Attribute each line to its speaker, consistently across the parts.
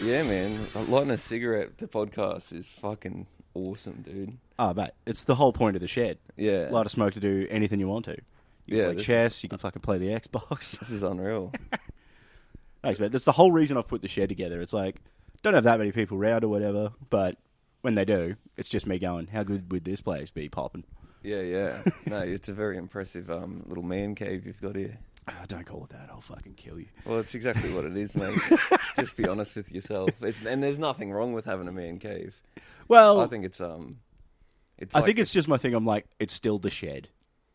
Speaker 1: Yeah, man. Lighting a cigarette to podcast is fucking awesome, dude.
Speaker 2: Oh, mate, it's the whole point of the shed.
Speaker 1: Yeah.
Speaker 2: Light a smoke to do anything you want to. You can
Speaker 1: Yeah,
Speaker 2: play
Speaker 1: this
Speaker 2: chess, you can fucking play the Xbox.
Speaker 1: This is unreal.
Speaker 2: Thanks, mate. That's the whole reason I've put the shed together. It's like, don't have that many people round or whatever, but when they do, it's just me going, how good would this place be popping?
Speaker 1: Yeah, yeah. No, it's a very impressive um, little man cave you've got here.
Speaker 2: Oh, don't call it that. I'll fucking kill you.
Speaker 1: Well, it's exactly what it is, mate. Just be honest with yourself. It's, and there's nothing wrong with having a man cave.
Speaker 2: Well,
Speaker 1: I think it's um, it's.
Speaker 2: Oh. I
Speaker 1: like-
Speaker 2: think it's just my thing. I'm like, it's still the shed.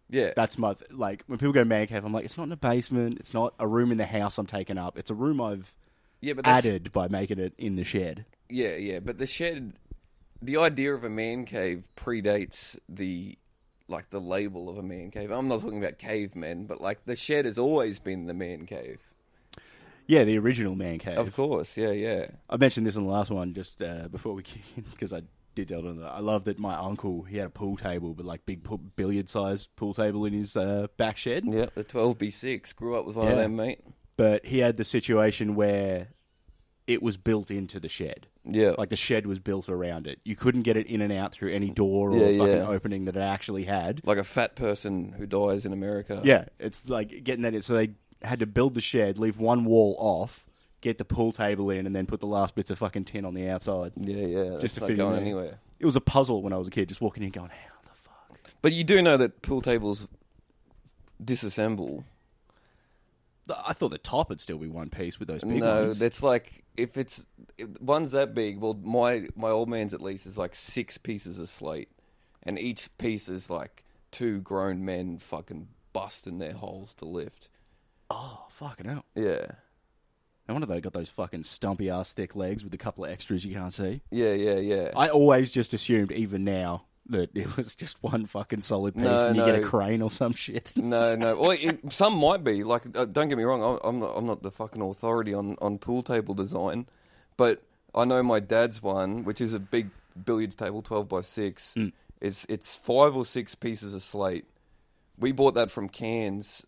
Speaker 1: yeah,
Speaker 2: That's my th- like when people go man cave. I'm like, it's not in a basement. It's not a room in the house I'm taking up. It's a room I've
Speaker 1: yeah, but that's,
Speaker 2: added by making it in the shed.
Speaker 1: yeah, yeah. But the shed, the idea of a man cave predates the like the label of a man cave. I'm not talking about cavemen, but like the shed has always been the man cave.
Speaker 2: Yeah, the original man cave.
Speaker 1: Of course, yeah, yeah.
Speaker 2: I mentioned this in the last one just uh, before we kick in because I did tell them that I love that my uncle he had a pool table, but like big pool, billiard sized pool table in his uh, back shed.
Speaker 1: Yeah, the 12B6 grew up with one of
Speaker 2: Yeah.
Speaker 1: them, mate.
Speaker 2: But he had the situation where it was built into the shed.
Speaker 1: Yeah.
Speaker 2: Like the shed was built around it. You couldn't get it in and out through any door or
Speaker 1: Yeah,
Speaker 2: fucking
Speaker 1: yeah.
Speaker 2: opening that it actually had.
Speaker 1: like a fat person who dies in America.
Speaker 2: Yeah, it's like getting that in. So they had to build the shed, leave one wall off, get the pool table in, and then put the last bits of fucking tin on the outside.
Speaker 1: yeah, yeah.
Speaker 2: Just
Speaker 1: Just
Speaker 2: to
Speaker 1: not
Speaker 2: fit in
Speaker 1: going
Speaker 2: there.
Speaker 1: anywhere.
Speaker 2: It was a puzzle when I was a kid, just walking in going, how the fuck?
Speaker 1: But you do know that pool tables disassemble.
Speaker 2: Th- I thought the top would still be one piece with those big
Speaker 1: no,
Speaker 2: ones.
Speaker 1: that's like if it's if one's that big. Well, my my old man's at least is like six pieces of slate, and each piece is like two grown men fucking busting their holes to lift.
Speaker 2: oh, fucking hell.
Speaker 1: Yeah,
Speaker 2: No wonder they got those fucking stumpy ass thick legs with a couple of extras you can't see.
Speaker 1: yeah, yeah, yeah.
Speaker 2: I always just assumed, even now, that it was just one fucking solid piece
Speaker 1: No,
Speaker 2: and you get a
Speaker 1: no.
Speaker 2: crane or some shit.
Speaker 1: No, no. Well, it, some might be. Like, uh, don't get me wrong. I'm- I'm not. I'm not the fucking authority on on pool table design, but I know my dad's one, which is a big billiards table, twelve by six. It's it's five or six pieces of slate. We bought that from Cairns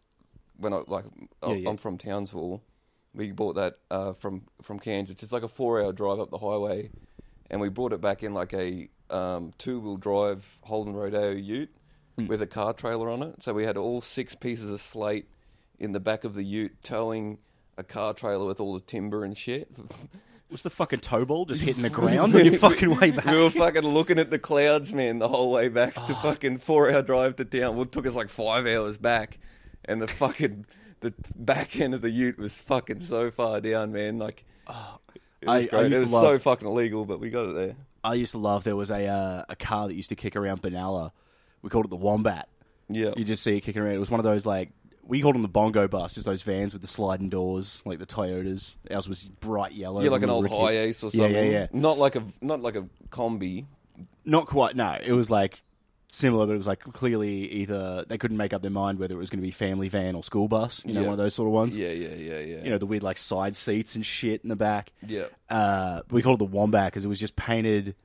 Speaker 1: when I like I-
Speaker 2: Yeah, yeah.
Speaker 1: I'm from Townsville. We bought that uh, from from Cairns, which is like a four hour drive up the highway, and we brought it back in like a um, two wheel drive Holden Rodeo Ute
Speaker 2: Hmm.
Speaker 1: with a car trailer on it. So we had all six pieces of slate in the back of the Ute, towing a car trailer with all the timber and shit.
Speaker 2: was the fucking toe ball just hitting the ground on your fucking way back?
Speaker 1: we were fucking looking at the clouds, man, the whole way back to fucking four hour drive to town. Well, it took us like five hours back, and the fucking the back end of the Ute was fucking so far down, man. Like. it
Speaker 2: I-
Speaker 1: was,
Speaker 2: I
Speaker 1: great.
Speaker 2: used
Speaker 1: it
Speaker 2: to
Speaker 1: was so
Speaker 2: love-
Speaker 1: fucking illegal, but we got it there.
Speaker 2: I used to love there was a uh, a car that used to kick around Benalla. We called it the Wombat.
Speaker 1: Yeah.
Speaker 2: You just see it kicking around. It was one of those like we called them the bongo bus, just those vans with the sliding doors, like the Toyotas. Ours was bright yellow.
Speaker 1: You're like an
Speaker 2: when we
Speaker 1: old
Speaker 2: were a
Speaker 1: high
Speaker 2: kid.
Speaker 1: ace or something.
Speaker 2: Yeah, yeah, yeah.
Speaker 1: Not like a not like a combi.
Speaker 2: Not quite. No, it was like similar, but it was like clearly either they couldn't make up their mind whether it was going to be family van or school bus. You know,
Speaker 1: Yeah.
Speaker 2: one of those sort of ones.
Speaker 1: Yeah, yeah, yeah, yeah.
Speaker 2: You know, the weird like side seats and shit in the back.
Speaker 1: Yeah.
Speaker 2: Uh, we called it the Wombat because it was just painted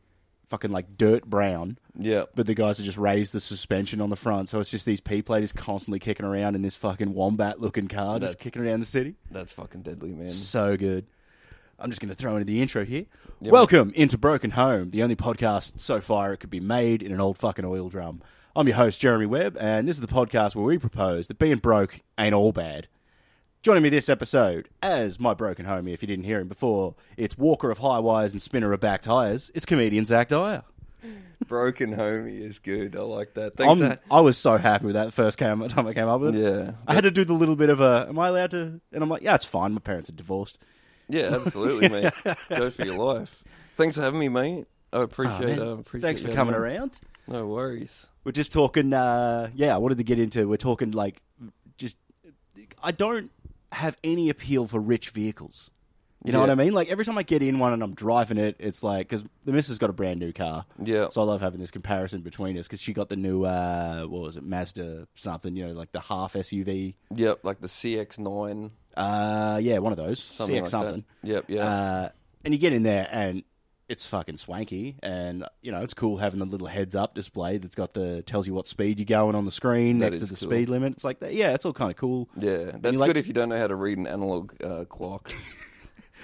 Speaker 2: fucking like dirt brown.
Speaker 1: yeah.
Speaker 2: but the guys have just raised the suspension on the front. So it's just these P platers constantly kicking around in this fucking wombat looking car, just
Speaker 1: That's-
Speaker 2: kicking around the city.
Speaker 1: That's fucking deadly, man.
Speaker 2: So good. I'm just going to throw into the intro here. Welcome into Broken Home, the only podcast so far it could be made in an old fucking oil drum. I'm your host, Jeremy Webb, and this is the podcast where we propose that being broke ain't all bad. Joining me this episode as my broken homie, if you didn't hear him before, it's Walker of High Wires and Spinner of Back Tires. It's comedian Zach Dyer.
Speaker 1: Broken homie is good. I like that. Thanks.
Speaker 2: I'm,
Speaker 1: Zach.
Speaker 2: I was so happy with that the first came, time I came up with it.
Speaker 1: Yeah.
Speaker 2: I had to do the little bit of a, am I allowed to? And I'm like, yeah, it's fine. My parents are divorced.
Speaker 1: Yeah, absolutely, mate. Go for your life. Thanks for having me, mate. I appreciate.
Speaker 2: Oh, Man,
Speaker 1: I appreciate
Speaker 2: thanks for
Speaker 1: you
Speaker 2: coming
Speaker 1: having me.
Speaker 2: around.
Speaker 1: No worries.
Speaker 2: We're just talking, uh, yeah, I wanted to get into, we're talking like, just, I don't have any appeal for rich vehicles. You know
Speaker 1: Yeah.
Speaker 2: what I mean? Like every time I get in one and I'm driving it, it's like, because the missus got a brand new car.
Speaker 1: Yeah.
Speaker 2: So I love having this comparison between us because she got the new, uh, what was it, Mazda something, you know, like the half SUV.
Speaker 1: Yep, like the CX9.
Speaker 2: Uh, yeah, one of those.
Speaker 1: Something
Speaker 2: CX
Speaker 1: like
Speaker 2: something.
Speaker 1: That. Yep, yeah.
Speaker 2: Uh, and you get in there and it's fucking swanky and you know it's cool having the little heads up display that's got the tells you what speed you're going on the screen
Speaker 1: That
Speaker 2: next to
Speaker 1: is
Speaker 2: the
Speaker 1: cool.
Speaker 2: speed limit it's like yeah it's all kind of cool
Speaker 1: yeah, that's
Speaker 2: like-
Speaker 1: good if you don't know how to read an analog uh, clock.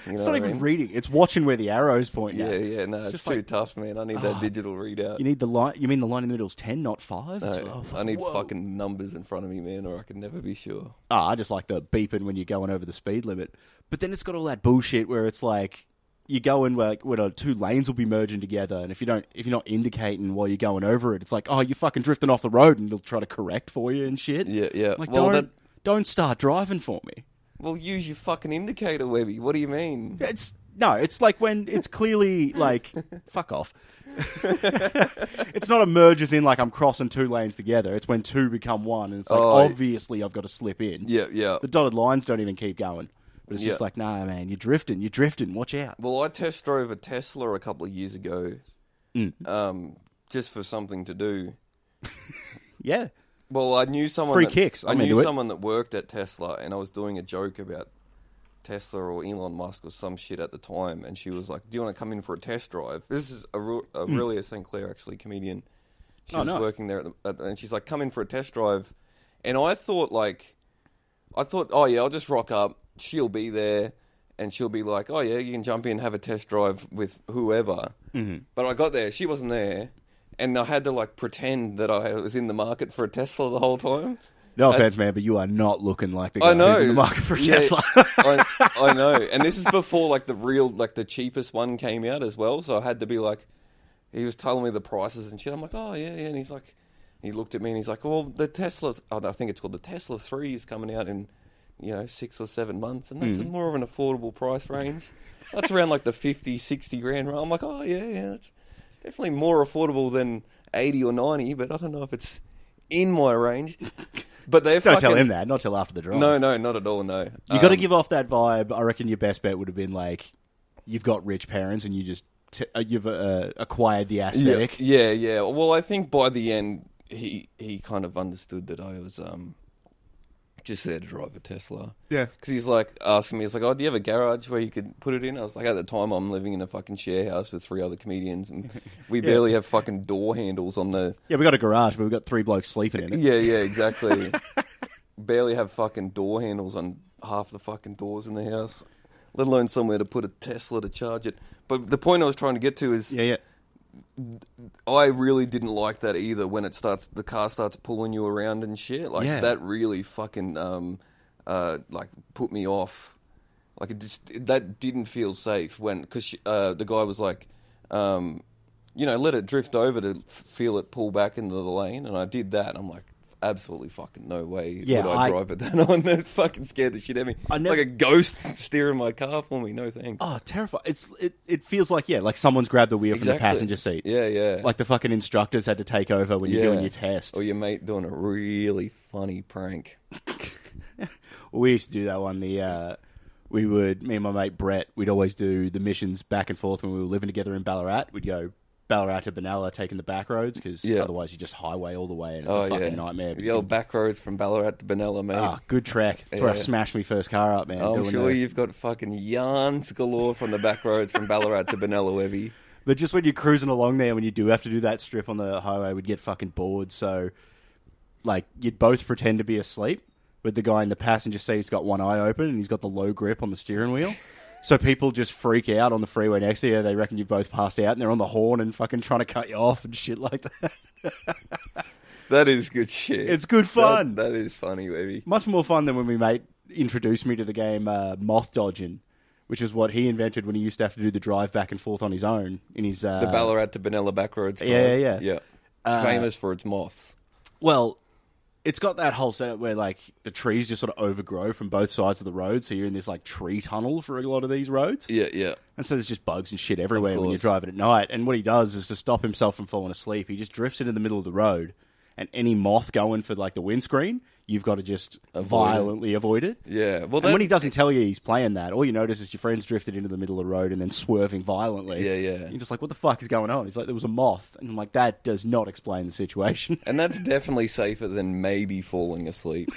Speaker 1: You
Speaker 2: it's not
Speaker 1: know what I
Speaker 2: even
Speaker 1: mean?
Speaker 2: reading. It's watching where the arrows point.
Speaker 1: Yeah,
Speaker 2: now.
Speaker 1: yeah, no,
Speaker 2: It's
Speaker 1: it's,
Speaker 2: just
Speaker 1: too
Speaker 2: like-
Speaker 1: tough, man. I need that digital readout.
Speaker 2: You need the line. You mean the line in the middle is ten, not five? It's-
Speaker 1: No,
Speaker 2: oh, fuck,
Speaker 1: I need
Speaker 2: whoa.
Speaker 1: fucking numbers in front of me, man, or I can never be sure.
Speaker 2: Oh, I just like the beeping when you're going over the speed limit. But then it's got all that bullshit where it's like you go in like when uh, two lanes will be merging together, and if you don't, if you're not indicating while you're going over it, it's like oh, you're fucking drifting off the road, and it'll try to correct for you and shit.
Speaker 1: Yeah, yeah.
Speaker 2: Like
Speaker 1: Well,
Speaker 2: don't
Speaker 1: that-
Speaker 2: don't start driving for me.
Speaker 1: Well, use your fucking indicator, Webby. What do you mean?
Speaker 2: It's no, it's like when it's clearly like fuck off. it's not a merge as in like I'm crossing two lanes together. It's when two become one, and it's like
Speaker 1: Oh, I-
Speaker 2: obviously I've got to slip in.
Speaker 1: Yeah, yeah.
Speaker 2: The dotted lines don't even keep going. But it's just
Speaker 1: Yeah.
Speaker 2: like, nah, man, you're drifting, you're drifting. Watch out.
Speaker 1: Well, I test drove a Tesla a couple of years ago,
Speaker 2: Mm.
Speaker 1: um, just for something to do.
Speaker 2: Yeah,
Speaker 1: Well, I knew someone.
Speaker 2: Free
Speaker 1: that,
Speaker 2: kicks.
Speaker 1: I
Speaker 2: I'm
Speaker 1: knew
Speaker 2: into it.
Speaker 1: someone that worked at Tesla, and I was doing a joke about Tesla or Elon Musk or some shit at the time, and she was like, "Do you want to come in for a test drive?" This is Aure- Aurelia St. Clair, actually, comedian. She
Speaker 2: Hmm. Oh,
Speaker 1: was
Speaker 2: nice.
Speaker 1: working there, at the, at, and she's like, "Come in for a test drive," and I thought, like, I thought, "Oh yeah, I'll just rock up. She'll be there." And she'll be like, "Oh yeah, you can jump in, have a test drive with whoever." Mm-hmm. But I got there; she wasn't there, and I had to like pretend that I was in the market for a Tesla the whole time.
Speaker 2: no offense, man, but you are not looking like the guy
Speaker 1: I know.
Speaker 2: who's in the market for a
Speaker 1: Yeah,
Speaker 2: Tesla.
Speaker 1: I, I know. And this is before like the real, like the cheapest one came out as well. So I had to be like, he was telling me the prices and shit. I'm like, oh yeah, yeah. And he's like, he looked at me and he's like, well, the Tesla, oh, I think it's called the Tesla Three is coming out in, you know, six or seven months, and that's
Speaker 2: Hmm.
Speaker 1: more of an affordable price range. That's around like the 50, 60 grand. range. I'm like, oh yeah, yeah. It's definitely more affordable than eighty or ninety, but I don't know if it's in my range. But they
Speaker 2: don't tell him that. Not till after the drive.
Speaker 1: no, no, not at all. No, Um, you
Speaker 2: You got to give off that vibe. I reckon your best bet would have been like, you've got rich parents and you just t- uh, you've uh, acquired the
Speaker 1: yeah,
Speaker 2: aesthetic.
Speaker 1: yeah, yeah. Well, I think by the end, he he kind of understood that I was um just there to drive a Tesla.
Speaker 2: Yeah.
Speaker 1: because he's like asking me, he's like, "Oh, do you have a garage where you could put it in?" I was like, "At the time, I'm living in a fucking share house with three other comedians, and we barely have fucking door handles on the."
Speaker 2: Yeah, we got a garage, but we got three blokes sleeping in it.
Speaker 1: Yeah, yeah, exactly. barely have fucking door handles on half the fucking doors in the house. Let alone somewhere to put a Tesla to charge it. But the point I was trying to get to is
Speaker 2: Yeah, yeah.
Speaker 1: I really didn't like that either when it starts the car starts pulling you around and shit. Like
Speaker 2: Yeah.
Speaker 1: that really fucking um uh like put me off. Like it just that didn't feel safe when cuz uh the guy was like um you know let it drift over to f- feel it pull back into the lane and I did that and I'm like absolutely fucking no way
Speaker 2: Yeah,
Speaker 1: would I,
Speaker 2: I-
Speaker 1: drive it that on that fucking scared the shit out of me.
Speaker 2: I nev-
Speaker 1: like a ghost steering my car for me. No thanks.
Speaker 2: Oh, terrifying! It's it, it feels like yeah, like someone's grabbed the wheel from the passenger seat.
Speaker 1: Yeah, yeah.
Speaker 2: Like the fucking instructors had to take over when you're doing your test.
Speaker 1: Or your mate doing a really funny prank.
Speaker 2: We used to do that one. The uh, we would me and my mate Brett. We'd always do the missions back and forth when we were living together in Ballarat. We'd go Ballarat to Benalla, taking the back roads because
Speaker 1: Yeah. Oh,
Speaker 2: otherwise you just highway all the way and it's a fucking nightmare.
Speaker 1: The old back roads from Ballarat to Benalla, mate.
Speaker 2: Ah, good track. That's where I
Speaker 1: Yeah. Oh,
Speaker 2: smashed my first car up, man.
Speaker 1: I'm
Speaker 2: doing
Speaker 1: sure
Speaker 2: the-
Speaker 1: you've got fucking yarns galore from the back roads from Ballarat to Benalla, Webby.
Speaker 2: But just when you're cruising along there, when you do have to do that strip on the highway, we'd get fucking bored. So, like, you'd both pretend to be asleep, but the guy in the passenger seat's got one eye open and he's got the low grip on the steering wheel. so people just freak out on the freeway next to you. They reckon you've both passed out and they're on the horn and fucking trying to cut you off and shit like that.
Speaker 1: That is good shit.
Speaker 2: It's good fun.
Speaker 1: That, that is funny, Webby.
Speaker 2: Much more fun than when my mate introduced me to the game uh, Moth Dodging. Which is what he invented when he used to have to do the drive back and forth on his own in his uh,
Speaker 1: The Ballarat to Benalla back roads.
Speaker 2: yeah,
Speaker 1: drive.
Speaker 2: yeah. Uh,
Speaker 1: Yeah. Famous for its moths.
Speaker 2: Well, it's got that whole setup where like the trees just sort of overgrow from both sides of the road, so you're in this like tree tunnel for a lot of these roads,
Speaker 1: Yeah, yeah.
Speaker 2: and so there's just bugs and shit everywhere when you're
Speaker 1: course.
Speaker 2: driving at night. And what he does is to stop himself from falling asleep, he just drifts into the middle of the road, and any moth going for like the windscreen, you've got to just violently avoid it.
Speaker 1: Yeah. Well,
Speaker 2: And
Speaker 1: that-
Speaker 2: when he doesn't tell you he's playing that, all you notice is your friend's drifted into the middle of the road and then swerving violently.
Speaker 1: Yeah, yeah.
Speaker 2: You're just like, what the fuck is going on? He's like, there was a moth. And I'm like, that does not explain the situation.
Speaker 1: and that's definitely safer than maybe falling asleep,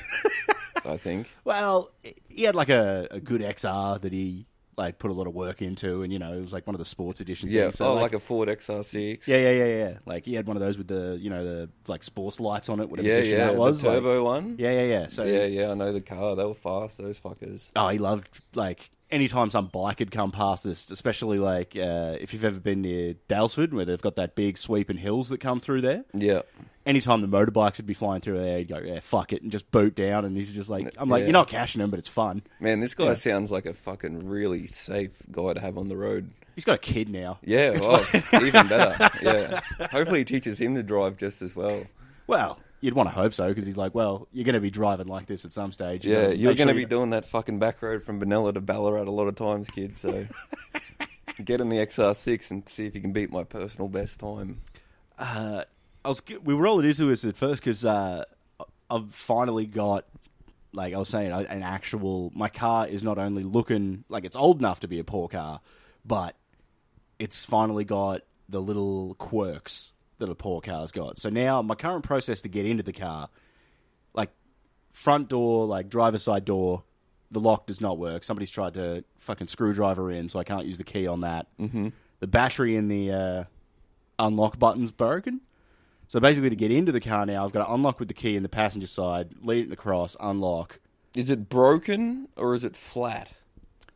Speaker 1: I think.
Speaker 2: Well, he had like a, a good XR that he like put a lot of work into, and you know it was like one of the sports edition
Speaker 1: Yeah.
Speaker 2: things. So,
Speaker 1: oh, like, a Ford XR6.
Speaker 2: yeah, yeah, yeah, yeah. Like he had one of those with the you know the like sports lights on it, whatever
Speaker 1: Yeah,
Speaker 2: edition
Speaker 1: yeah.
Speaker 2: that was.
Speaker 1: the
Speaker 2: like-
Speaker 1: turbo one.
Speaker 2: yeah, yeah, yeah. So
Speaker 1: yeah, yeah. I know the car. They were fast. Those fuckers.
Speaker 2: oh, he loved like anytime some bike had come past us, especially like uh, if you've ever been near Dalesford where they've got that big sweeping hills that come through there.
Speaker 1: Yeah.
Speaker 2: Anytime the motorbikes would be flying through there, he'd go, "Yeah, fuck it," and just boot down. And he's just like, "I'm like,
Speaker 1: Yeah.
Speaker 2: you're not cashing him, but it's fun."
Speaker 1: Man, this guy
Speaker 2: Yeah.
Speaker 1: sounds like a fucking really safe guy to have on the road.
Speaker 2: He's got a kid now.
Speaker 1: Yeah,
Speaker 2: It's
Speaker 1: well, even better. Yeah. Hopefully, he teaches him to drive just as well.
Speaker 2: Well, you'd want to hope so because he's like, well, you're going to be driving like this at some stage. You
Speaker 1: Yeah,
Speaker 2: gotta
Speaker 1: you're
Speaker 2: make sure
Speaker 1: going to be
Speaker 2: you-
Speaker 1: doing that fucking back road from Benalla to Ballarat a lot of times, kid. So get in the XR6 and see if you can beat my personal best time.
Speaker 2: Uh, I was. g- We were rolling into this at first because uh, I've finally got. Like I was saying, I- an actual my car is not only looking like it's old enough to be a poor car, but it's finally got the little quirks that a poor car's got. So now my current process to get into the car, like front door, like driver's side door, the lock does not work. Somebody's tried to fucking screwdriver in, so I can't use the key on that. Mm-hmm. The battery in the uh, unlock button's broken. So basically, to get into the car now, I've got to unlock with the key in the passenger side, lead it across, unlock.
Speaker 1: Is it broken or is it flat?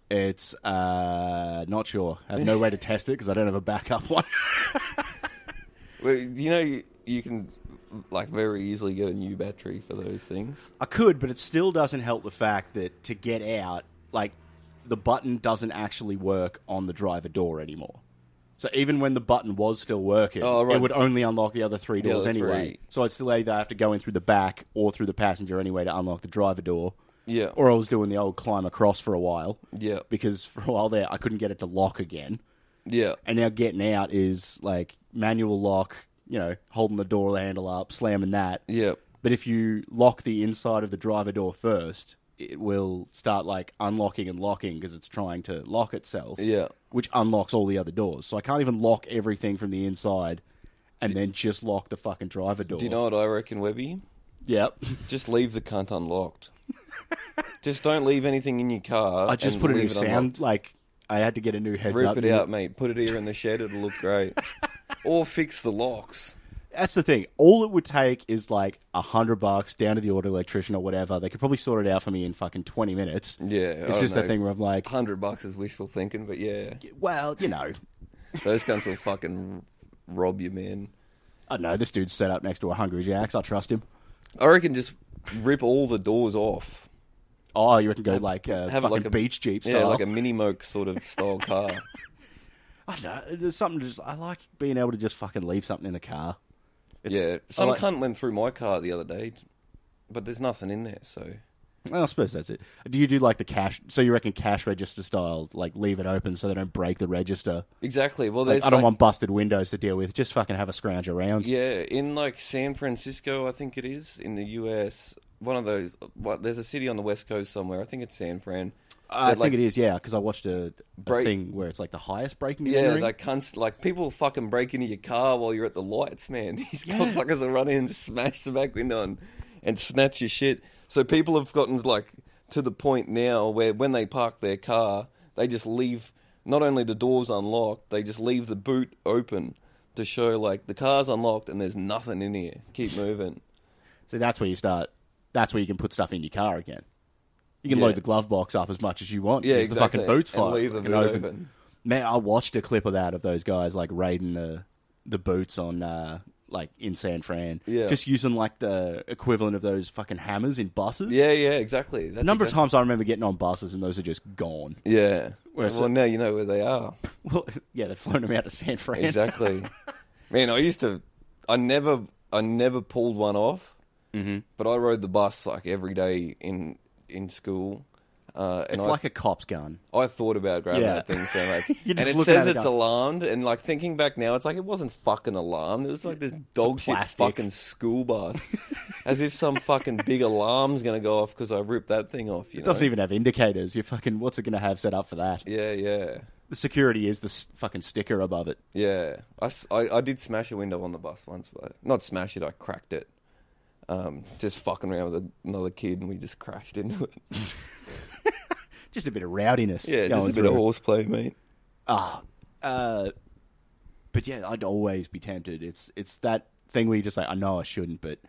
Speaker 2: It's uh, not sure. I have no way to test it because I don't have a backup one.
Speaker 1: Well, you know, you, you can like very easily get a new battery for those things.
Speaker 2: I could, but it still doesn't help the fact that to get out, like the button doesn't actually work on the driver door anymore. So even when the button was still working,
Speaker 1: Oh, right.
Speaker 2: it would only unlock the other three
Speaker 1: The
Speaker 2: doors
Speaker 1: other
Speaker 2: anyway.
Speaker 1: three.
Speaker 2: So I'd still either have to go in through the back or through the passenger anyway to unlock the driver door.
Speaker 1: Yeah.
Speaker 2: Or I was doing the old climb across for a while.
Speaker 1: Yeah.
Speaker 2: Because for a while there I couldn't get it to lock again.
Speaker 1: Yeah.
Speaker 2: And now getting out is like manual lock, you know, holding the door handle up, slamming that.
Speaker 1: Yeah.
Speaker 2: But if you lock the inside of the driver door first, it will start like unlocking and locking because it's trying to lock itself.
Speaker 1: Yeah.
Speaker 2: Which unlocks all the other doors. So I can't even lock everything from the inside and then just lock the fucking driver door.
Speaker 1: Do you know what I reckon, Webby?
Speaker 2: Yep.
Speaker 1: Just leave the cunt unlocked. just don't leave anything in your car.
Speaker 2: I just
Speaker 1: and
Speaker 2: put a
Speaker 1: leave
Speaker 2: new sound
Speaker 1: it unlocked.
Speaker 2: like I had to get a new heads up.
Speaker 1: Rip it out, mate. Put it here in the shed. It'll look great. or fix the locks.
Speaker 2: That's the thing. All it would take is like a hundred bucks down to the auto electrician or whatever. They could probably sort it out for me in fucking twenty minutes.
Speaker 1: Yeah, I
Speaker 2: It's
Speaker 1: don't
Speaker 2: just that
Speaker 1: know.
Speaker 2: thing where I'm like,
Speaker 1: Hundred bucks is wishful thinking, but yeah,
Speaker 2: well, you know,
Speaker 1: those cunts will fucking rob you, man.
Speaker 2: I don't know. This dude's set up next to a Hungry Jack's. I trust him.
Speaker 1: I reckon just rip all the doors off.
Speaker 2: Oh, you reckon go like uh,
Speaker 1: Have
Speaker 2: fucking
Speaker 1: it like a
Speaker 2: beach jeep
Speaker 1: Yeah,
Speaker 2: style?
Speaker 1: like a mini moke sort of style car.
Speaker 2: I don't know. There's something just I like being able to just fucking leave something in the car. It's,
Speaker 1: yeah,
Speaker 2: I,
Speaker 1: some
Speaker 2: like-
Speaker 1: cunt went through my car the other day, but there's nothing in there. So
Speaker 2: Well, I suppose that's it. Do you do like the cash? So you reckon cash register style, like leave it open so they don't break the register?
Speaker 1: exactly. Well,
Speaker 2: It's like,
Speaker 1: there's
Speaker 2: I don't
Speaker 1: like-
Speaker 2: want busted windows to deal with. Just fucking have a scrounge around.
Speaker 1: Yeah, in like San Francisco, I think it is in the U.S. One of those. What, there's a city on the west coast somewhere. I think it's San Fran.
Speaker 2: I
Speaker 1: that,
Speaker 2: think
Speaker 1: like,
Speaker 2: it is. Yeah, because I watched a, a
Speaker 1: Break-
Speaker 2: thing where it's like the highest breaking.
Speaker 1: Yeah,
Speaker 2: entering.
Speaker 1: like cunts, like people fucking break into your car while you're at the lights, man. These cocksuckers will run in, and smash the back window, and, and snatch your shit. So people have gotten like to the point now where when they park their car, they just leave not only the doors unlocked, they just leave the boot open to show like the car's unlocked and there's nothing in here. Keep moving.
Speaker 2: so that's where you start. That's where you can put stuff in your car again. You can
Speaker 1: Yeah.
Speaker 2: load the glove box up as much as you want.
Speaker 1: Yeah,
Speaker 2: because
Speaker 1: exactly.
Speaker 2: The fucking boots
Speaker 1: and
Speaker 2: fire.
Speaker 1: leave the
Speaker 2: fucking
Speaker 1: boot open.
Speaker 2: Man, I watched a clip of that of those guys like raiding the the boots on uh like in San Fran.
Speaker 1: Yeah.
Speaker 2: Just using like the equivalent of those fucking hammers in buses.
Speaker 1: Yeah, yeah, exactly. That's
Speaker 2: A number of
Speaker 1: exact-
Speaker 2: times I remember getting on buses and those are just gone.
Speaker 1: Yeah.
Speaker 2: Whereas-
Speaker 1: well, now you know where they are.
Speaker 2: Well, yeah, they've flown them out to San Fran.
Speaker 1: Exactly. Man, I used to. I never. I never pulled one off. Mm-hmm. But I rode the bus like every day in in school. Uh, and
Speaker 2: It's
Speaker 1: I,
Speaker 2: like a cop's gun.
Speaker 1: I thought about grabbing
Speaker 2: Yeah.
Speaker 1: that thing so much,
Speaker 2: You
Speaker 1: and
Speaker 2: just
Speaker 1: it
Speaker 2: look
Speaker 1: says
Speaker 2: at it
Speaker 1: it's
Speaker 2: go-
Speaker 1: alarmed. And like thinking back now, it's like it wasn't fucking alarmed. It was like this dog shit
Speaker 2: plastic.
Speaker 1: fucking school bus, as if some fucking big alarm's gonna go off because I ripped that thing off. You
Speaker 2: It doesn't
Speaker 1: know?
Speaker 2: even have indicators. You fucking what's it going to have set up for that?
Speaker 1: Yeah, yeah.
Speaker 2: The security is the s- fucking sticker above it.
Speaker 1: Yeah, I, s- I- I did smash a window on the bus once, but not smash it. I cracked it. Um, just fucking around with another kid, and we just crashed into it.
Speaker 2: Did just a bit of rowdiness.
Speaker 1: Yeah, just
Speaker 2: going
Speaker 1: a bit of
Speaker 2: through.
Speaker 1: horseplay, mate.
Speaker 2: Ah, uh, but yeah, I'd always be tempted. It's it's that thing where you just like, I know I shouldn't, but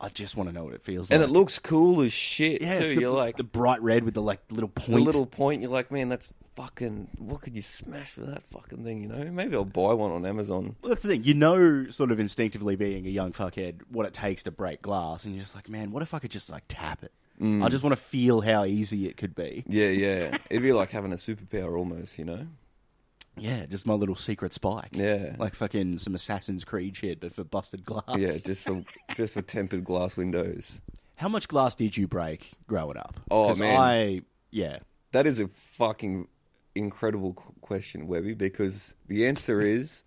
Speaker 2: I just want to know what it feels
Speaker 1: And
Speaker 2: like.
Speaker 1: it looks cool as shit
Speaker 2: yeah,
Speaker 1: too.
Speaker 2: it's the,
Speaker 1: You're like
Speaker 2: the bright red with the like little
Speaker 1: the
Speaker 2: point.
Speaker 1: little point. You're like, man, that's fucking. What could you smash for that fucking thing? You know, maybe I'll buy one on Amazon.
Speaker 2: Well, that's the thing. You know, sort of instinctively, being a young fuckhead, what it takes to break glass, and you're just like, man, what if I could just like tap it?
Speaker 1: Mm.
Speaker 2: I just want to feel how easy it could be.
Speaker 1: Yeah, yeah. It'd be like having a superpower almost. You know.
Speaker 2: Yeah, just my little secret spike.
Speaker 1: Yeah.
Speaker 2: like fucking some Assassin's Creed shit, but for busted glass.
Speaker 1: Yeah, just for just for tempered glass windows.
Speaker 2: How much glass did you break growing up?
Speaker 1: Oh,
Speaker 2: 'Cause
Speaker 1: man.
Speaker 2: I yeah.
Speaker 1: That is a fucking incredible qu- question, Webby, because the answer is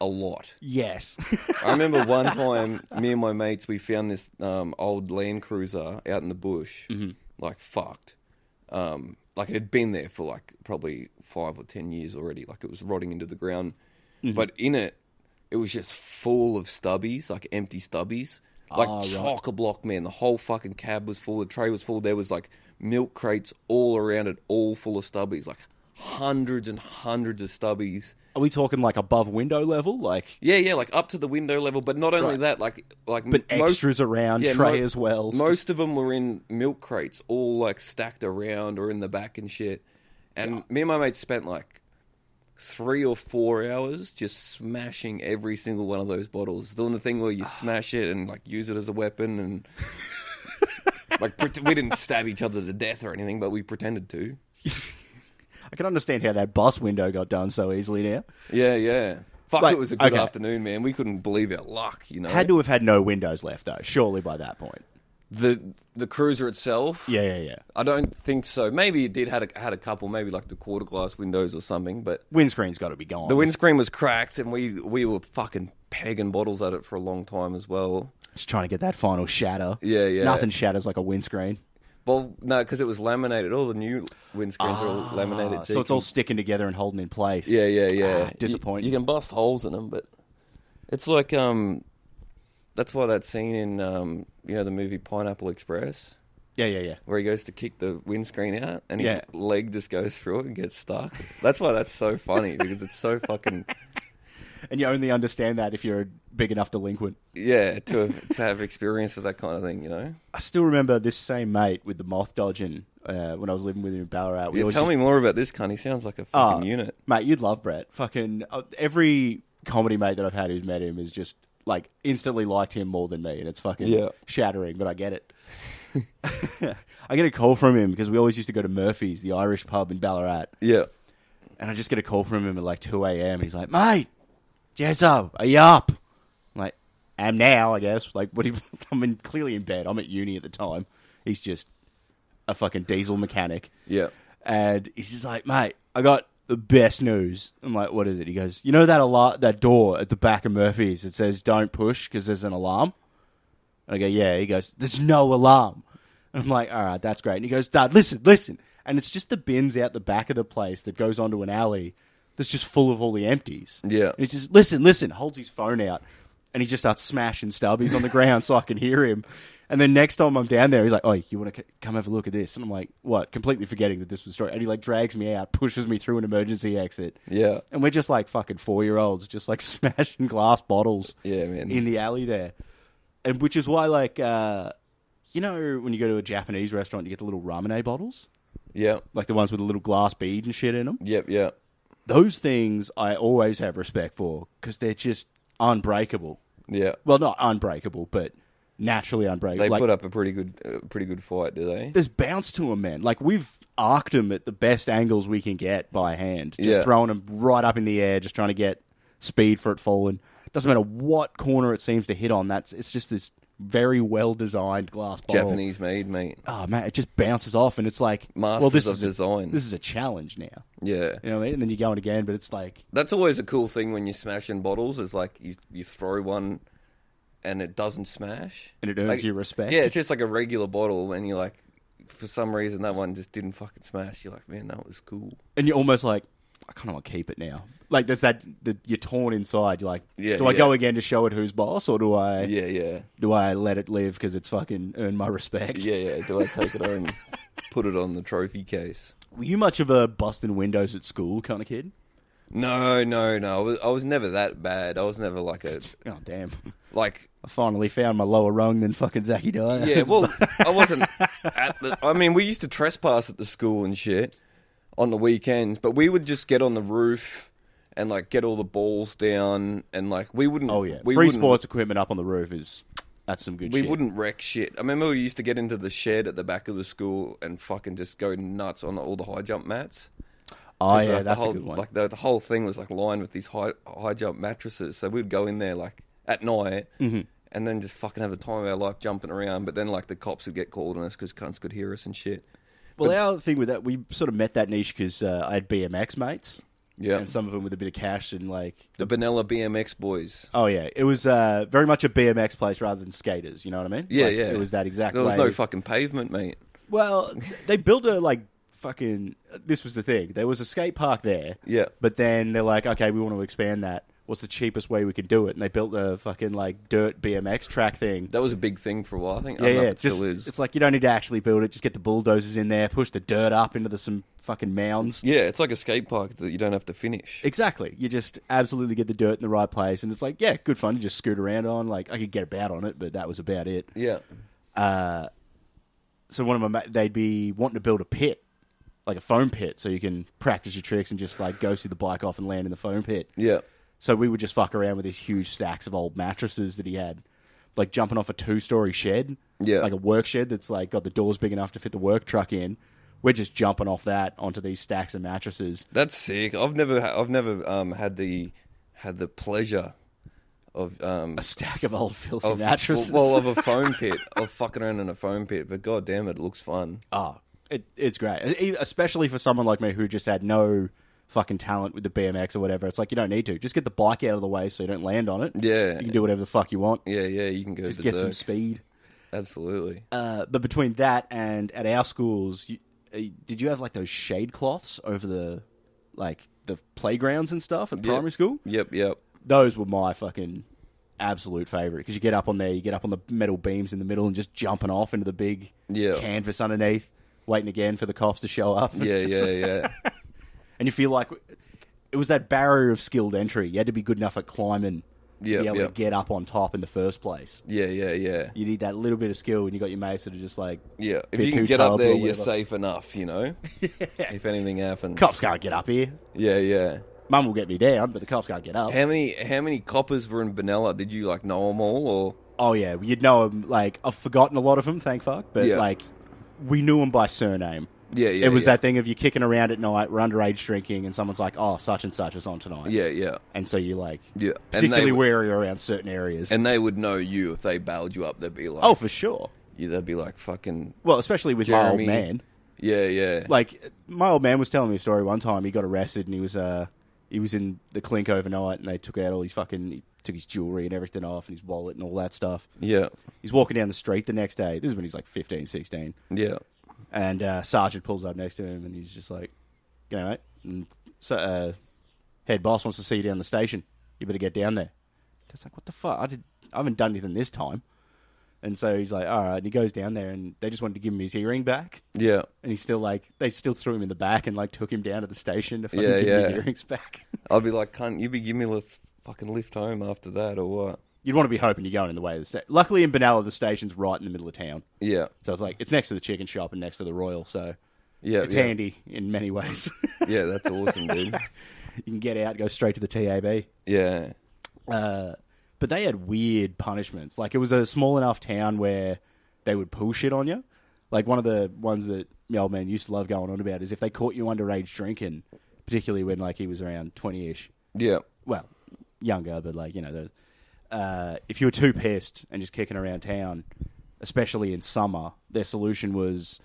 Speaker 1: a lot.
Speaker 2: Yes.
Speaker 1: I remember one time, me and my mates, we found this um, old Land Cruiser out in the bush,
Speaker 2: Mm-hmm.
Speaker 1: like fucked. Um, like it had been there for like probably five or ten years already. Like it was rotting into the ground,
Speaker 2: Mm-hmm.
Speaker 1: but in it, it was just full of stubbies, like empty stubbies, like
Speaker 2: Ah, right.
Speaker 1: chock a block, man. The whole fucking cab was full. The tray was full. There was like milk crates all around it, all full of stubbies, like hundreds and hundreds of stubbies.
Speaker 2: Are we talking like above window level? Like
Speaker 1: Yeah, yeah, like up to the window level, but not only
Speaker 2: Right.
Speaker 1: that, like like
Speaker 2: but
Speaker 1: m- most-
Speaker 2: extras around,
Speaker 1: yeah,
Speaker 2: tray
Speaker 1: mo-
Speaker 2: as well.
Speaker 1: Most of them were in milk crates, all like stacked around or in the back and shit. And me and my mate spent like three or four hours just smashing every single one of those bottles, doing the thing where
Speaker 2: Ah.
Speaker 1: you smash it and like use it as a weapon and. like pret- we didn't stab each other to death or anything, but we pretended to.
Speaker 2: I can understand how that bus window got done so easily now.
Speaker 1: Yeah, yeah. Fuck,
Speaker 2: Like,
Speaker 1: it was a good
Speaker 2: okay.
Speaker 1: afternoon, man. We couldn't believe our luck, you know.
Speaker 2: Had to have had no windows left though, surely by that point.
Speaker 1: the the cruiser itself.
Speaker 2: Yeah, yeah, yeah.
Speaker 1: I don't think so. Maybe it did had a, had a couple, maybe like the quarter glass windows or something. But
Speaker 2: Windscreen's got to be gone.
Speaker 1: the windscreen was cracked, and we we were fucking pegging bottles at it for a long time as well.
Speaker 2: Just trying to get that final shatter.
Speaker 1: Yeah, yeah.
Speaker 2: Nothing shatters like a windscreen.
Speaker 1: Well, no, because it was laminated. All the new windscreens are all
Speaker 2: Ah,
Speaker 1: laminated,
Speaker 2: so
Speaker 1: you
Speaker 2: it's all
Speaker 1: can-
Speaker 2: sticking together and holding in place.
Speaker 1: yeah, yeah, yeah.
Speaker 2: Ah, disappointing.
Speaker 1: You, you can bust holes in them, but it's like um, that's why that scene in um, you know, the movie Pineapple Express.
Speaker 2: yeah, yeah, yeah.
Speaker 1: where he goes to kick the windscreen out and his
Speaker 2: Yeah.
Speaker 1: leg just goes through it and gets stuck. That's why that's so funny because it's so fucking
Speaker 2: And you only understand that if you're a big enough delinquent.
Speaker 1: yeah to to have experience with that kind of thing, you know.
Speaker 2: I still remember this same mate with the moth dodging uh, when I was living with him in Ballarat. We
Speaker 1: Yeah,
Speaker 2: always
Speaker 1: tell
Speaker 2: just-
Speaker 1: me more about this cunt. He sounds like a fucking
Speaker 2: Ah,
Speaker 1: unit.
Speaker 2: mate. You'd love Brett. Fucking uh, every comedy mate that I've had who's met him is just like instantly liked him more than me, and it's fucking
Speaker 1: Yeah.
Speaker 2: shattering. But I get it. I get a call from him because we always used to go to Murphy's, the Irish pub in Ballarat,
Speaker 1: Yeah,
Speaker 2: and I just get a call from him at like two a.m. and he's like, "Mate, Jezzo, are you up?" I'm like, "Am now, I guess." Like, what? Do you, I'm in, clearly in bed. I'm at uni at the time. He's just a fucking diesel mechanic.
Speaker 1: yeah.
Speaker 2: And he's just like, mate, I got the best news. I'm like, what is it? He goes, you know that alar- that door at the back of Murphy's? It says don't push because there's an alarm. And I go, yeah. He goes, there's no alarm. And I'm like, all right, that's great. And he goes, Dad, listen, listen. And it's just the bins out the back of the place that goes onto an alley that's just full of all the empties.
Speaker 1: Yeah.
Speaker 2: And he's just, listen, listen, holds his phone out. And he just starts smashing stubbies on the ground so I can hear him. And then next time I'm down there, he's like, oh, you want to c- come have a look at this? And I'm like, what? Completely forgetting that this was a story. And he like drags me out, pushes me through an emergency exit.
Speaker 1: Yeah.
Speaker 2: And we're just like fucking four year olds, just like smashing glass bottles
Speaker 1: Yeah, man.
Speaker 2: in the alley there. And which is why, like, uh, you know, when you go to a Japanese restaurant, you get the little ramen bottles,
Speaker 1: Yeah.
Speaker 2: like the ones with a little glass bead and shit in them.
Speaker 1: Yep, yeah.
Speaker 2: Those things I always have respect for because they're just unbreakable.
Speaker 1: Yeah.
Speaker 2: Well, not unbreakable, but naturally unbreakable.
Speaker 1: They
Speaker 2: Like,
Speaker 1: put up a pretty good uh, pretty good fight, do they?
Speaker 2: there's bounce to them, man. Like we've arced them at the best angles we can get by hand, just
Speaker 1: Yeah.
Speaker 2: throwing them right up in the air, just trying to get speed for it falling. Doesn't matter what corner it seems to hit on. That's it's just this very well designed glass bottle.
Speaker 1: Japanese made, mate.
Speaker 2: Oh man, it just bounces off, and it's like, well,
Speaker 1: Masters
Speaker 2: this
Speaker 1: of
Speaker 2: is
Speaker 1: design.
Speaker 2: this is a challenge now.
Speaker 1: Yeah.
Speaker 2: You know what I mean? And then you're going again, but it's like,
Speaker 1: That's always a cool thing when you're smashing bottles. Is like you you throw one, and it doesn't smash,
Speaker 2: And it earns
Speaker 1: Like-
Speaker 2: you respect.
Speaker 1: Yeah, it's just like a regular bottle, and you're like, for some reason that one just didn't fucking smash. You're like, man, that was cool.
Speaker 2: and you're almost like, I kind of want to keep it now. Like there's that the, you're torn inside. You're like,
Speaker 1: Yeah,
Speaker 2: do I go
Speaker 1: yeah.
Speaker 2: again to show it who's boss, or do I?
Speaker 1: Yeah, yeah,
Speaker 2: do I let it live because it's fucking earned my respect?
Speaker 1: yeah, yeah. Do I take it home? put it on the trophy case.
Speaker 2: Were you much of a busting windows at school kind of kid?
Speaker 1: No, no, no. I was, I was never that bad. I was never like a
Speaker 2: Oh damn!
Speaker 1: like
Speaker 2: I finally found my lower rung than fucking Zachy Dyer.
Speaker 1: yeah. Well, I wasn't. At the, I mean, we used to trespass at the school and shit on the weekends, but we would just get on the roof and like get all the balls down and like we wouldn't.
Speaker 2: oh yeah,
Speaker 1: we
Speaker 2: free
Speaker 1: wouldn't-
Speaker 2: sports equipment up on the roof is that's some good.
Speaker 1: We
Speaker 2: shit.
Speaker 1: wouldn't wreck shit. I remember we used to get into the shed at the back of the school and fucking just go nuts on all the high jump mats.
Speaker 2: Oh
Speaker 1: 'Cause,
Speaker 2: yeah,
Speaker 1: like, the
Speaker 2: that's
Speaker 1: whole,
Speaker 2: a good one.
Speaker 1: Like the, the whole thing was like lined with these high high jump mattresses. So we'd go in there like at night
Speaker 2: Mm-hmm.
Speaker 1: and then just fucking have a time of our life jumping around. But then like the cops would get called on us because cunts could hear us and shit.
Speaker 2: well, our thing with that, we sort of met that niche because uh, I had BMX mates.
Speaker 1: Yeah.
Speaker 2: and some of them with a bit of cash and like
Speaker 1: The Benella BMX boys.
Speaker 2: Oh yeah, it was uh, very much a BMX place rather than skaters. You know what I mean?
Speaker 1: Yeah,
Speaker 2: Like,
Speaker 1: yeah.
Speaker 2: It was that exact.
Speaker 1: There was
Speaker 2: way.
Speaker 1: no fucking pavement, mate.
Speaker 2: Well, they built a like fucking. This was the thing. There was a skate park there.
Speaker 1: Yeah.
Speaker 2: But then they're like, okay, we want to expand that. What's the cheapest way we could do it? And they built a fucking like dirt BMX track thing.
Speaker 1: That was a big thing for a while. I think I
Speaker 2: yeah,
Speaker 1: don't know
Speaker 2: yeah.
Speaker 1: if it
Speaker 2: just
Speaker 1: still is.
Speaker 2: it's like you don't need to actually build it. Just get the bulldozers in there, push the dirt up into the, some fucking mounds.
Speaker 1: yeah, it's like a skate park that you don't have to finish.
Speaker 2: Exactly. You just absolutely get the dirt in the right place, and it's like, yeah, good fun to just scoot around on. Like I could get about on it, but that was about it.
Speaker 1: yeah.
Speaker 2: so one of my ma- they'd be wanting to build a pit, like a foam pit, so you can practice your tricks and just like go see the bike off and land in the foam pit.
Speaker 1: Yeah.
Speaker 2: So we would just fuck around with these huge stacks of old mattresses that he had, like jumping off a two-story shed,
Speaker 1: Yeah.
Speaker 2: like a work shed that's like got the doors big enough to fit the work truck in. We're just jumping off that onto these stacks of mattresses.
Speaker 1: That's sick. I've never, ha- I've never um, had the had the pleasure of um,
Speaker 2: A stack of old filthy
Speaker 1: of,
Speaker 2: mattresses.
Speaker 1: Well, of a foam pit, of fucking around in a foam pit. But god damn it, it looks fun.
Speaker 2: Oh, it, it's great, E- especially for someone like me who just had no fucking talent with the BMX or whatever. It's like you don't need to. Just get the bike out of the way so you don't land on it.
Speaker 1: Yeah.
Speaker 2: you can do whatever the fuck you want.
Speaker 1: Yeah, yeah, you can go
Speaker 2: just
Speaker 1: berserk.
Speaker 2: get some speed.
Speaker 1: Absolutely.
Speaker 2: Uh, but between that and at our schools, you, uh, did you have like those shade cloths over the like the playgrounds and stuff at primary school?
Speaker 1: Yep, yep.
Speaker 2: Those were my fucking absolute favorite because you get up on there, you get up on the metal beams in the middle and just jumping off into the big
Speaker 1: Yeah.
Speaker 2: canvas underneath, waiting again for the cops to show up.
Speaker 1: Yeah, yeah, yeah.
Speaker 2: and you feel like it was that barrier of skilled entry. You had to be good enough at climbing
Speaker 1: Yep,
Speaker 2: to be able
Speaker 1: yep.
Speaker 2: to get up on top in the first place.
Speaker 1: yeah, yeah, yeah.
Speaker 2: You need that little bit of skill, and you got your mates that are just like,
Speaker 1: Yeah. If
Speaker 2: Bit
Speaker 1: you can
Speaker 2: too
Speaker 1: get up
Speaker 2: tub or
Speaker 1: there, you're
Speaker 2: whatever.
Speaker 1: safe enough, you know? If anything happens.
Speaker 2: cops can't get up here.
Speaker 1: Yeah, yeah.
Speaker 2: Mum will get me down, but the cops can't get up.
Speaker 1: How many how many coppers were in Benalla? Did you like know them all or
Speaker 2: Oh yeah, you'd know them. Like I've forgotten a lot of them, thank fuck. But
Speaker 1: Yeah.
Speaker 2: like we knew them by surname.
Speaker 1: Yeah, yeah.
Speaker 2: it was
Speaker 1: yeah.
Speaker 2: that thing of you kicking around at night, we're underage drinking, and someone's like, "Oh, such and such is on tonight."
Speaker 1: Yeah, yeah.
Speaker 2: and so you like,
Speaker 1: Yeah. And they
Speaker 2: particularly
Speaker 1: would-
Speaker 2: wary around certain areas.
Speaker 1: And they would know you if they bailed you up. They'd be like,
Speaker 2: oh, for sure.
Speaker 1: yeah, they'd be like, fucking
Speaker 2: Well, especially with my old
Speaker 1: Jeremy.
Speaker 2: man.
Speaker 1: Yeah, yeah.
Speaker 2: Like my old man was telling me a story one time. He got arrested and he was uh he was in the clink overnight, and they took out all his fucking he took his jewelry and everything off, and his wallet and all that stuff.
Speaker 1: yeah,
Speaker 2: He's walking down the street the next day. This is when he's like 15, 16.
Speaker 1: yeah,
Speaker 2: and uh, Sergeant pulls up next to him, and he's just like, "You know, mate, and so, uh, head boss wants to see you down the station. You better get down there." It's like, "What the fuck? I did. I haven't done anything this time." And so he's like, "All right," and he goes down there, and they just wanted to give him his earring back,
Speaker 1: yeah.
Speaker 2: and he's still like, they still threw him in the back and like took him down to the station to fucking
Speaker 1: Yeah,
Speaker 2: give him his
Speaker 1: yeah.
Speaker 2: earrings back.
Speaker 1: I'd be like, cunt, you be giving me a lift, fucking lift home after that or what?
Speaker 2: You'd want to be hoping you're going in the way of the station. Luckily, in Benalla, the station's right in the middle of town,
Speaker 1: Yeah,
Speaker 2: so it's like it's next to the chicken shop and next to the Royal, so
Speaker 1: yeah,
Speaker 2: it's
Speaker 1: yeah.
Speaker 2: handy in many ways.
Speaker 1: Yeah, that's awesome, dude.
Speaker 2: you can get out, go straight to the TAB.
Speaker 1: Yeah,
Speaker 2: Uh, but they had weird punishments. Like it was a small enough town where they would pull shit on you. Like one of the ones that my old man used to love going on about is if they caught you underage drinking, particularly when like he was around twenty ish.
Speaker 1: yeah,
Speaker 2: Well, younger, but like you know, the, uh, if you were too pissed and just kicking around town, especially in summer, their solution was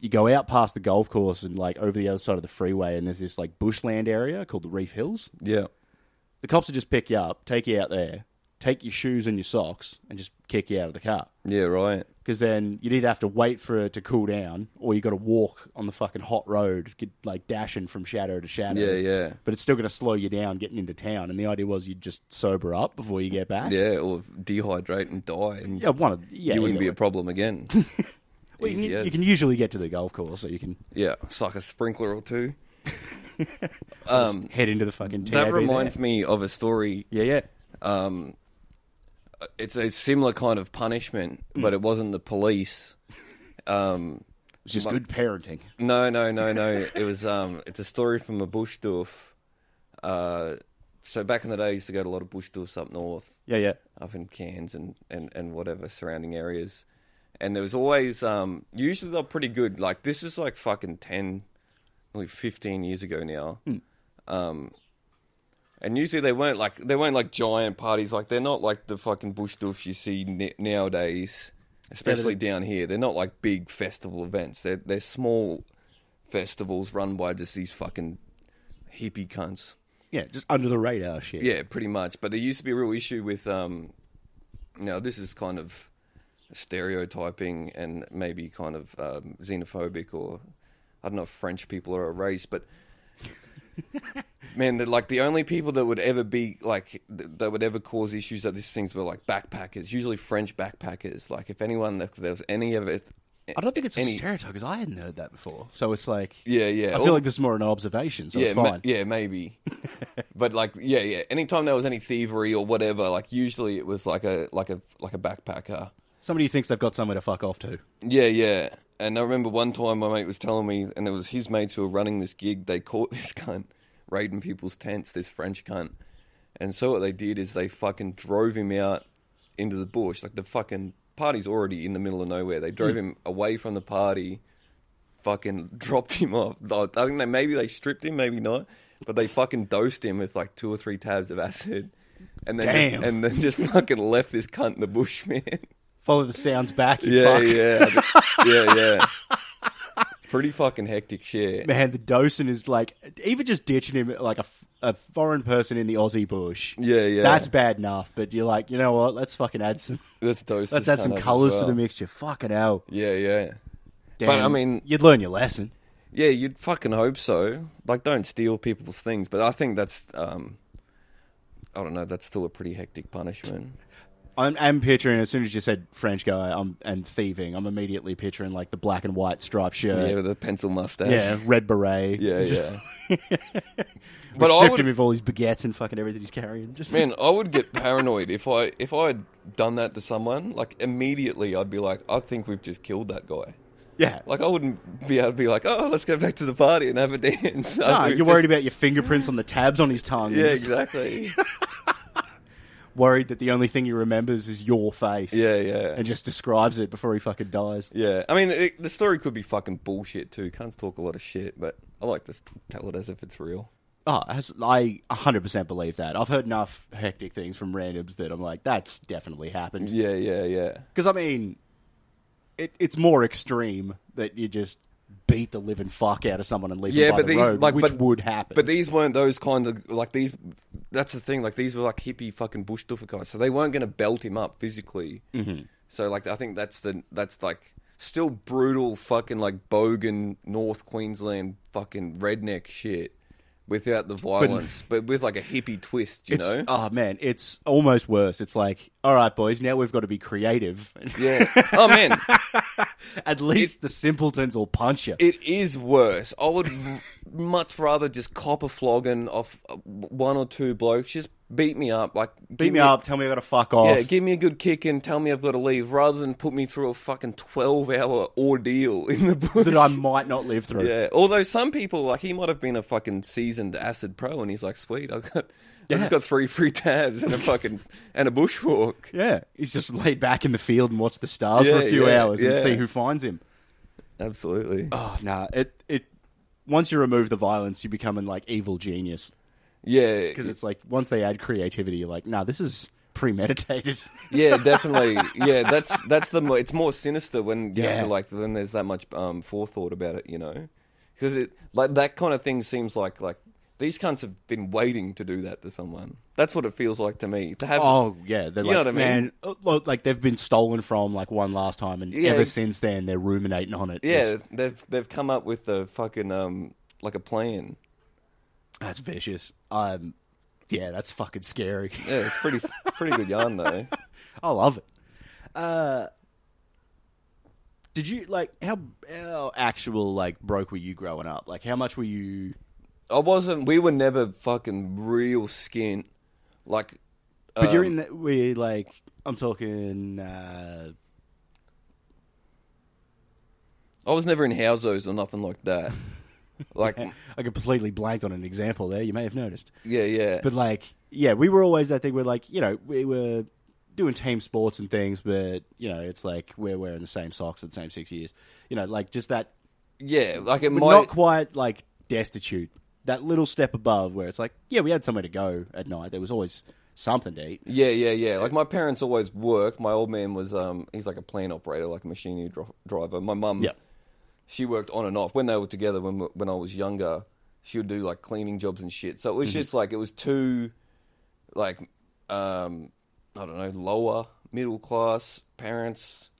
Speaker 2: you go out past the golf course and like over the other side of the freeway, and there's this like bushland area called the Reef Hills.
Speaker 1: yeah,
Speaker 2: The cops would just pick you up, take you out there, take your shoes and your socks, and just kick you out of the car.
Speaker 1: yeah, right.
Speaker 2: Because then you'd either have to wait for it to cool down, or you got to walk on the fucking hot road, get, like dashing from shadow to shadow.
Speaker 1: Yeah, yeah.
Speaker 2: But it's still going to slow you down getting into town. And the idea was you'd just sober up before you get back.
Speaker 1: Yeah, or dehydrate and die, and
Speaker 2: yeah, one of yeah.
Speaker 1: you wouldn't
Speaker 2: either
Speaker 1: be a
Speaker 2: way.
Speaker 1: problem again.
Speaker 2: Well, you,
Speaker 1: Easy
Speaker 2: can,
Speaker 1: as-
Speaker 2: you can usually get to the golf course, so you can
Speaker 1: Yeah, it's like a sprinkler or two. um,
Speaker 2: head into the fucking. TAB
Speaker 1: that reminds me of a story.
Speaker 2: Yeah, yeah.
Speaker 1: Um, it's a similar kind of punishment, but it wasn't the police. Um,
Speaker 2: It's just good parenting.
Speaker 1: No, no, no, no. it was um, it's a story from a bush doof. Uh, so back in the day, I used to go to a lot of bush doofs up north,
Speaker 2: Yeah, yeah.
Speaker 1: up in Cairns and, and, and whatever surrounding areas, and there was always um, usually they're pretty good. Like this is like fucking ten, like fifteen years ago now. Um, and usually they weren't like they weren't like giant parties. Like they're not like the fucking bush doofs you see n- nowadays, especially down here. They're not like big festival events. They're they're small festivals run by just these fucking hippie cunts.
Speaker 2: Yeah, just under the radar shit.
Speaker 1: Yeah, pretty much. But there used to be a real issue with. Um, now this is kind of stereotyping and maybe kind of um, xenophobic or I don't know if French people are a race, but man, they're like the only people that would ever be like th- that would ever cause issues at these things were like backpackers, usually French backpackers. Like if anyone, if there was any of it, eh,
Speaker 2: I don't think it's a
Speaker 1: Any-
Speaker 2: stereotype because I hadn't heard that before. So it's like,
Speaker 1: yeah, yeah,
Speaker 2: I
Speaker 1: Or-
Speaker 2: feel like this is more an observation, so
Speaker 1: yeah,
Speaker 2: it's
Speaker 1: ma-
Speaker 2: fine.
Speaker 1: yeah, maybe. but like, yeah, yeah. Anytime there was any thievery or whatever, like usually it was like a like a like a backpacker.
Speaker 2: Somebody who thinks they've got somewhere to fuck off to.
Speaker 1: Yeah, yeah. And I remember one time my mate was telling me, and it was his mates who were running this gig. They caught this cunt raiding people's tents, this French cunt. And so what they did is they fucking drove him out into the bush. Like the fucking party's already in the middle of nowhere. They drove him away from the party, fucking dropped him off. I think they maybe they stripped him, maybe not, but they fucking dosed him with like two or three tabs of acid, and then
Speaker 2: Damn.
Speaker 1: Just, and then just fucking left this cunt in the bush, man.
Speaker 2: Follow the sounds back, you
Speaker 1: Yeah,
Speaker 2: fuck.
Speaker 1: yeah, yeah, yeah. Pretty fucking hectic shit.
Speaker 2: Man, the docent is like, even just ditching him like a, f- a foreign person in the Aussie bush.
Speaker 1: Yeah, yeah.
Speaker 2: That's bad enough, but you're like, you know what? Let's fucking add some,
Speaker 1: Let's dose.
Speaker 2: let's
Speaker 1: this
Speaker 2: add some
Speaker 1: cunt up as
Speaker 2: colours
Speaker 1: well.
Speaker 2: to the mixture. Fucking hell.
Speaker 1: Yeah, yeah,
Speaker 2: Damn.
Speaker 1: But, I mean-
Speaker 2: you'd learn your lesson.
Speaker 1: yeah. You'd fucking hope so. Like, don't steal people's things. But I think that's, um, I don't know. That's still a pretty hectic punishment.
Speaker 2: I'm, I'm picturing as soon as you said French guy I'm, and thieving, I'm immediately picturing like the black and white striped
Speaker 1: yeah,
Speaker 2: shirt,
Speaker 1: with a pencil mustache.
Speaker 2: yeah, red beret,
Speaker 1: yeah,
Speaker 2: Just-
Speaker 1: yeah.
Speaker 2: We
Speaker 1: but I
Speaker 2: stripped
Speaker 1: would,
Speaker 2: him of all his baguettes and fucking everything he's carrying. Just
Speaker 1: man, I would get paranoid if I if I had done that to someone. Like immediately, I'd be like, I think we've just killed that guy.
Speaker 2: yeah.
Speaker 1: Like I wouldn't be able to be like, oh, let's go back to the party and have a dance.
Speaker 2: no,
Speaker 1: We've
Speaker 2: you're worried
Speaker 1: just-
Speaker 2: about your fingerprints on the tabs on his tongue.
Speaker 1: Yeah,
Speaker 2: You're just
Speaker 1: exactly.
Speaker 2: Worried that the only thing he remembers is your face.
Speaker 1: yeah, yeah,
Speaker 2: And just describes it before he fucking dies.
Speaker 1: yeah. I mean, it, the story could be fucking bullshit too. Cunts talk a lot of shit, but I like to s- tell it as if it's real.
Speaker 2: Oh, abs- I 100% believe that. I've heard enough hectic things from randoms that I'm like, that's definitely happened.
Speaker 1: Yeah, yeah, yeah,
Speaker 2: Because I mean, it, it's more extreme that you just beat the living fuck out of someone and leave
Speaker 1: yeah.
Speaker 2: them by
Speaker 1: But
Speaker 2: the
Speaker 1: these
Speaker 2: road,
Speaker 1: like,
Speaker 2: which
Speaker 1: but,
Speaker 2: would happen.
Speaker 1: But these weren't those kind of like these. That's the thing. Like these were like hippie fucking bush duffer guys, so they weren't going to belt him up physically. Mm-hmm. So like, I think that's the that's like still brutal fucking like bogan North Queensland fucking redneck shit. Without the violence, but, with like a hippie twist, you
Speaker 2: it's,
Speaker 1: know.
Speaker 2: oh man, it's almost worse. It's like, all right, boys, now we've got to be creative.
Speaker 1: Yeah. Oh man,
Speaker 2: At least the simpletons will punch you.
Speaker 1: it is worse. I would much rather just cop a flogging off uh, one or two blokes. Just beat me up, like
Speaker 2: Beat
Speaker 1: give
Speaker 2: me up, tell me I gotta fuck off.
Speaker 1: Yeah, give me a good kick and tell me I've got to leave, rather than put me through a fucking twelve-hour ordeal in the bush.
Speaker 2: that I might not live through.
Speaker 1: yeah. Although some people, like he might have been a fucking seasoned acid pro, and he's like, "Sweet, I got, I
Speaker 2: Yeah.
Speaker 1: just got three free tabs and a fucking and a bushwalk."
Speaker 2: Yeah. He's just laid back in the field and watch the stars for a
Speaker 1: Yeah,
Speaker 2: few
Speaker 1: yeah,
Speaker 2: hours and
Speaker 1: yeah.
Speaker 2: see who finds him.
Speaker 1: Absolutely.
Speaker 2: Oh nah. It it once you remove the violence you become an like evil genius.
Speaker 1: Yeah,
Speaker 2: Because it's like once they add creativity, you're like, nah, this is premeditated.
Speaker 1: Yeah, definitely. Yeah, that's that's the. mo- It's more sinister when you
Speaker 2: Yeah.
Speaker 1: have to like. Then there's that much um, forethought about it, you know, because it like that kind of thing seems like like these cunts have been waiting to do that to someone. That's what it feels like to me. To have
Speaker 2: oh yeah. They're
Speaker 1: You
Speaker 2: like
Speaker 1: know what I mean?
Speaker 2: man uh, look, like they've been stolen from like one last time and
Speaker 1: Yeah.
Speaker 2: ever since then they're ruminating on it.
Speaker 1: yeah,
Speaker 2: Just-
Speaker 1: they've they've come up with the fucking um like a plan.
Speaker 2: that's vicious. Um yeah, that's fucking scary.
Speaker 1: Yeah, it's pretty pretty good yarn though.
Speaker 2: I love it. Uh, Did you like how, how actual like broke were you growing up? Like how much were you?
Speaker 1: I wasn't. We were never fucking real skint. Like,
Speaker 2: But you're
Speaker 1: Um,
Speaker 2: in the, we like I'm talking uh,
Speaker 1: I was never in houses or nothing like that. like,
Speaker 2: I completely blanked on an example there. You may have noticed.
Speaker 1: yeah, yeah.
Speaker 2: But like, yeah, we were always that thing where like, you know, we were doing team sports and things, but you know, it's like we're wearing the same socks for the same six years. You know, like just that
Speaker 1: yeah, like it
Speaker 2: we're
Speaker 1: might.
Speaker 2: not quite like destitute. That little step above where it's like, yeah, we had somewhere to go at night. There was always something to eat.
Speaker 1: Yeah, yeah, yeah. Like my parents always worked. My old man was um he's like a plane operator, like a machine dri- driver. My mum,
Speaker 2: Yep.
Speaker 1: she worked on and off when they were together. When we- when I was younger, she would do like cleaning jobs and shit. So it
Speaker 2: Mm-hmm.
Speaker 1: was just like it was too, like, um, I don't know, lower middle class parents.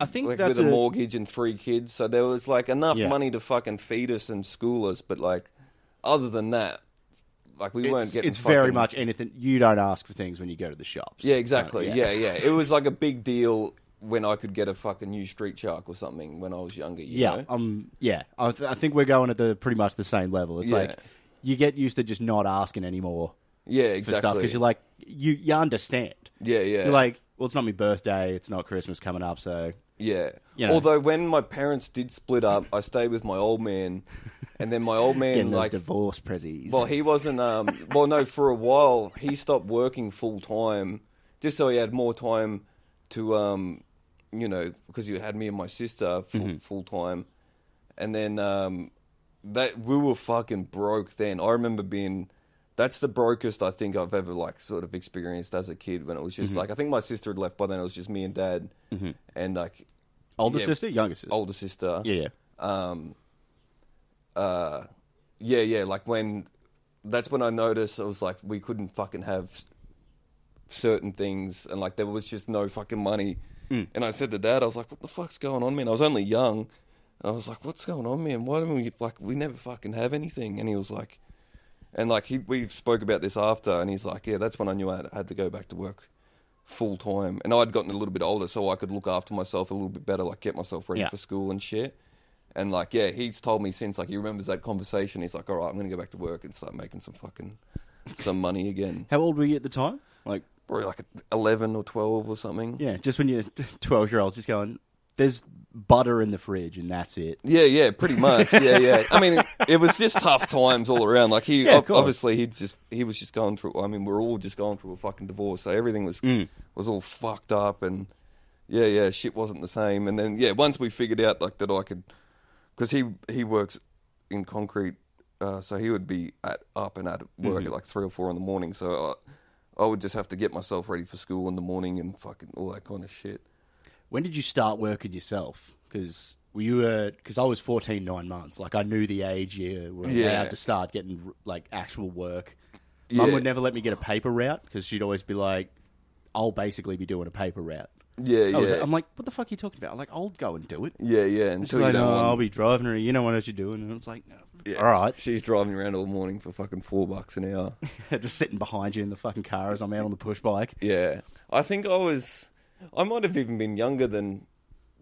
Speaker 2: I think
Speaker 1: Like
Speaker 2: that's
Speaker 1: with a,
Speaker 2: a-
Speaker 1: mortgage and three kids, so there was like enough
Speaker 2: Yeah.
Speaker 1: money to fucking feed us and school us, but like other than that, like we weren't
Speaker 2: It's,
Speaker 1: getting.
Speaker 2: it's very
Speaker 1: fucking-
Speaker 2: much anything. You don't ask for things when you go to the shops.
Speaker 1: yeah, exactly.
Speaker 2: Uh,
Speaker 1: yeah. yeah, It was like a big deal when I could get a fucking new street shark or something when I was younger. You
Speaker 2: Yeah,
Speaker 1: know?
Speaker 2: um, yeah. I, th- I think we're going at the pretty much the same level. It's
Speaker 1: Yeah.
Speaker 2: like you get used to just not asking anymore for
Speaker 1: yeah,
Speaker 2: stuff
Speaker 1: exactly.
Speaker 2: because you're like you you understand.
Speaker 1: yeah, yeah,
Speaker 2: You're like, well, it's not my birthday. It's not Christmas coming up, so
Speaker 1: yeah.
Speaker 2: you know.
Speaker 1: Although when my parents did split up, I stayed with my old man, and then my old man
Speaker 2: getting
Speaker 1: like.
Speaker 2: those divorce prezzies.
Speaker 1: Well, he wasn't. Um, well, no, for a while he stopped working full time just so he had more time to, um, you know, because he had me and my sister full, full time, and then um, that we were fucking broke. Then I remember being. That's the brokest I think I've ever like sort of experienced as a kid when it was just like I think my sister had left by then it was just me and dad and like
Speaker 2: older
Speaker 1: yeah.
Speaker 2: sister, younger sister.
Speaker 1: older sister
Speaker 2: Yeah, yeah.
Speaker 1: uh, yeah, yeah, like when that's when I noticed I was like, we couldn't fucking have s- certain things, and like there was just no fucking money. And I said to dad, I was like, what the fuck's going on, man? I was only young, and I was like, what's going on, man? Why don't we like we never fucking have anything? And he was like, and like he we spoke about this after, and he's like, yeah, that's when I knew I had, I had to go back to work. Full time, and I'd gotten a little bit older, so I could look after myself a little bit better, like get myself ready
Speaker 2: Yeah.
Speaker 1: for school and shit. And like, yeah, he's told me since like he remembers that conversation. He's like, all right, I'm gonna go back to work and start making some fucking some money again.
Speaker 2: How old were you at the time? Like,
Speaker 1: Probably like eleven or twelve or something.
Speaker 2: yeah, just when you're twelve year olds, just going. There's butter in the fridge, and that's it.
Speaker 1: Yeah, yeah, pretty much. Yeah, yeah. I mean, it, it was just tough times all around. Like he,
Speaker 2: Yeah, of
Speaker 1: ob-
Speaker 2: course.
Speaker 1: obviously, he just he was just going through. I mean, we're all just going through a fucking divorce, so everything was
Speaker 2: Mm.
Speaker 1: was all fucked up, and yeah, yeah, shit wasn't the same. And then yeah, once we figured out like that, I could because he he works in concrete, uh, so he would be at up and at work
Speaker 2: Mm-hmm.
Speaker 1: at like three or four in the morning. So I, I would just have to get myself ready for school in the morning and fucking all that kind of shit.
Speaker 2: When did you start working yourself? Because were you a? Because I was 14, nine months. Like I knew the age you were allowed
Speaker 1: Yeah.
Speaker 2: to start getting like actual work. Mum
Speaker 1: Yeah.
Speaker 2: would never let me get a paper route because she'd always be like, "I'll basically be doing a paper route."
Speaker 1: Yeah,
Speaker 2: I was
Speaker 1: yeah,
Speaker 2: I'm like, "What the fuck are you talking about?" I'm like, "I'll go and do it."
Speaker 1: yeah, yeah.
Speaker 2: She's
Speaker 1: Until you
Speaker 2: like,
Speaker 1: don't
Speaker 2: "No,
Speaker 1: want-
Speaker 2: I'll be driving her. You know what you're doing?" And it's like, no.
Speaker 1: Yeah.
Speaker 2: "All right."
Speaker 1: She's driving around all morning for fucking four bucks an hour.
Speaker 2: Just sitting behind you in the fucking car as I'm out on the push bike.
Speaker 1: yeah. I think I was, I might have even been younger than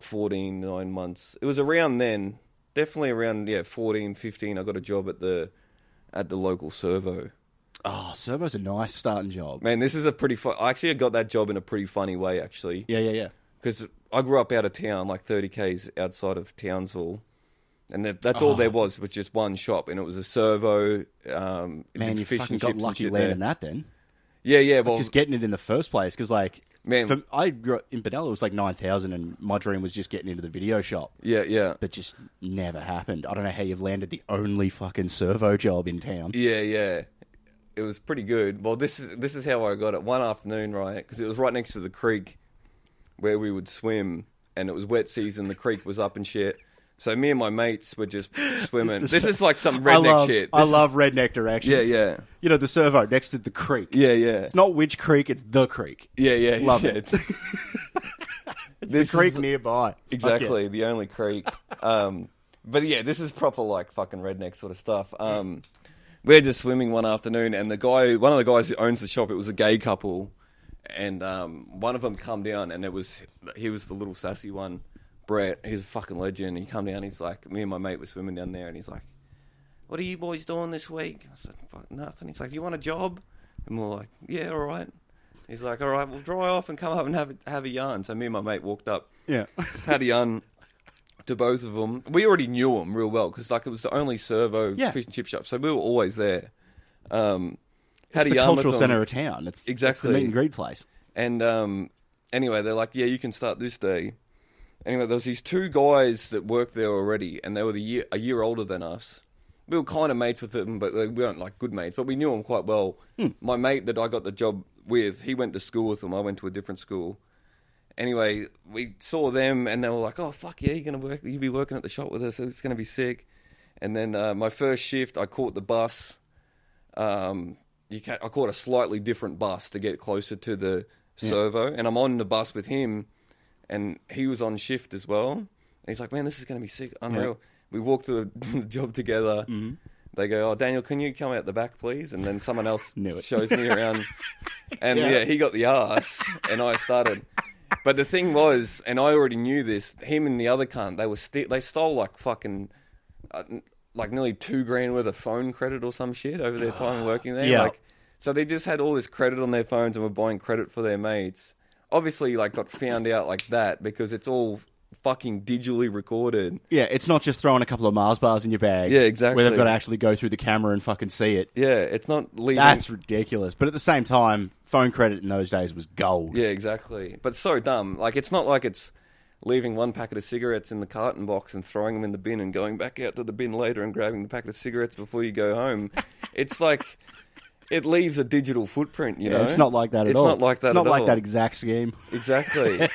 Speaker 1: 14, nine months. It was around then, definitely around, yeah, 14, 15. I got a job at the, at the local servo.
Speaker 2: Oh, servo's a nice starting job.
Speaker 1: Man, this is a pretty fun, I actually got that job in a pretty funny way, actually.
Speaker 2: Yeah, yeah, yeah.
Speaker 1: Because I grew up out of town, like 30 Ks outside of Townsville. And that, that's
Speaker 2: Oh.
Speaker 1: all there was, was just one shop. And it was a servo. Um, it
Speaker 2: Man,
Speaker 1: did
Speaker 2: you
Speaker 1: fish
Speaker 2: fucking
Speaker 1: and
Speaker 2: got
Speaker 1: chips and
Speaker 2: lucky
Speaker 1: shit there.
Speaker 2: landing that then.
Speaker 1: Yeah, yeah. Well,
Speaker 2: just getting it in the first place because like
Speaker 1: Oh. Man.
Speaker 2: for- i grew up in Benalla, it was like 9000 and my dream was just getting into the video shop
Speaker 1: yeah, yeah.
Speaker 2: but just never happened i don't know how you've landed the only fucking servo job in town
Speaker 1: Yeah, yeah. It was pretty good. Well, this is this is how I got it. One afternoon, right? Because it was right next to the creek where we would swim, and it was wet season. The creek was up and shit. So me and my mates were just swimming.
Speaker 2: Just
Speaker 1: this,
Speaker 2: the-
Speaker 1: is like some
Speaker 2: I
Speaker 1: redneck
Speaker 2: love,
Speaker 1: shit.
Speaker 2: I
Speaker 1: This is-
Speaker 2: love redneck directions.
Speaker 1: Yeah, yeah.
Speaker 2: You know the servo next to the creek.
Speaker 1: Yeah, yeah.
Speaker 2: It's not which creek; it's the creek.
Speaker 1: yeah, yeah.
Speaker 2: Love
Speaker 1: yeah.
Speaker 2: it. It's
Speaker 1: This
Speaker 2: the creek
Speaker 1: is-
Speaker 2: nearby. Fuck
Speaker 1: Exactly, the only creek. Um, but yeah, this is proper like fucking redneck sort of stuff. Um, we were just swimming one afternoon, and the guy, one of the guys who owns the shop, it was a gay couple, and um, one of them come down, and it was he was the little sassy one, Brett, he's a fucking legend. He come down, he's like, me and my mate were swimming down there, and he's like, "What are you boys doing this week?" I said, "Fuck nothing." He's like, "You want a job?" And we're like, "Yeah, all right." He's like, "All right, we'll dry off and come up and have a, have a yarn." So me and my mate walked up,
Speaker 2: Yeah.
Speaker 1: had a yarn to both of them. We already knew them real well because like it was the only servo
Speaker 2: Yeah.
Speaker 1: fish and chip shop, so we were always there. Um,
Speaker 2: It's
Speaker 1: had a
Speaker 2: the
Speaker 1: yarn with
Speaker 2: cultural
Speaker 1: them.
Speaker 2: centre of town. It's
Speaker 1: Exactly.
Speaker 2: It's the meet and greet place.
Speaker 1: And um, anyway, they're like, yeah, you can start this day. Anyway, there was these two guys that worked there already, and they were the year, a year older than us. We were kind of mates with them, but like, we weren't like good mates. But we knew them quite well.
Speaker 2: Hmm.
Speaker 1: My mate that I got the job with, he went to school with them. I went to a different school. Anyway, we saw them, and they were like, "Oh fuck yeah, you're gonna work. You be working at the shop with us. It's gonna be sick." And then uh, my first shift, I caught the bus um, you ca I caught a slightly different bus to get closer to the servo, and I'm on the bus with him, and he was on shift as well. And he's like, "Man, this is going to be sick, unreal." We walk to the, the job together.
Speaker 2: Mm-hmm.
Speaker 1: They go, "Oh, Daniel, can you come out the back, please?" And then someone else
Speaker 2: Knew it.
Speaker 1: shows me around, and
Speaker 2: Yeah.
Speaker 1: yeah, he got the ass, and I started. But the thing was, and I already knew this. Him and the other cunt, they were sti- they stole like fucking, uh, n- like nearly two grand worth of phone credit or some shit over their time working there.
Speaker 2: Yeah.
Speaker 1: Like, so they just had all this credit on their phones and were buying credit for their mates. Obviously, like got found out like that because it's all fucking digitally recorded.
Speaker 2: Yeah, it's not just throwing a couple of Mars bars in your bag.
Speaker 1: Yeah, exactly.
Speaker 2: Where they've got to actually go through the camera and fucking see it.
Speaker 1: Yeah, it's not leaving.
Speaker 2: That's ridiculous. But at the same time, phone credit in those days was gold.
Speaker 1: Yeah, exactly. But so dumb. Like it's not like it's leaving one packet of cigarettes in the carton box and throwing them in the bin and going back out to the bin later and grabbing the packet of cigarettes before you go home. it's like it leaves a digital footprint, you know.
Speaker 2: It's not like that at
Speaker 1: it's
Speaker 2: all.
Speaker 1: It's not like that
Speaker 2: It's not
Speaker 1: at
Speaker 2: like
Speaker 1: all.
Speaker 2: that exact scheme.
Speaker 1: exactly.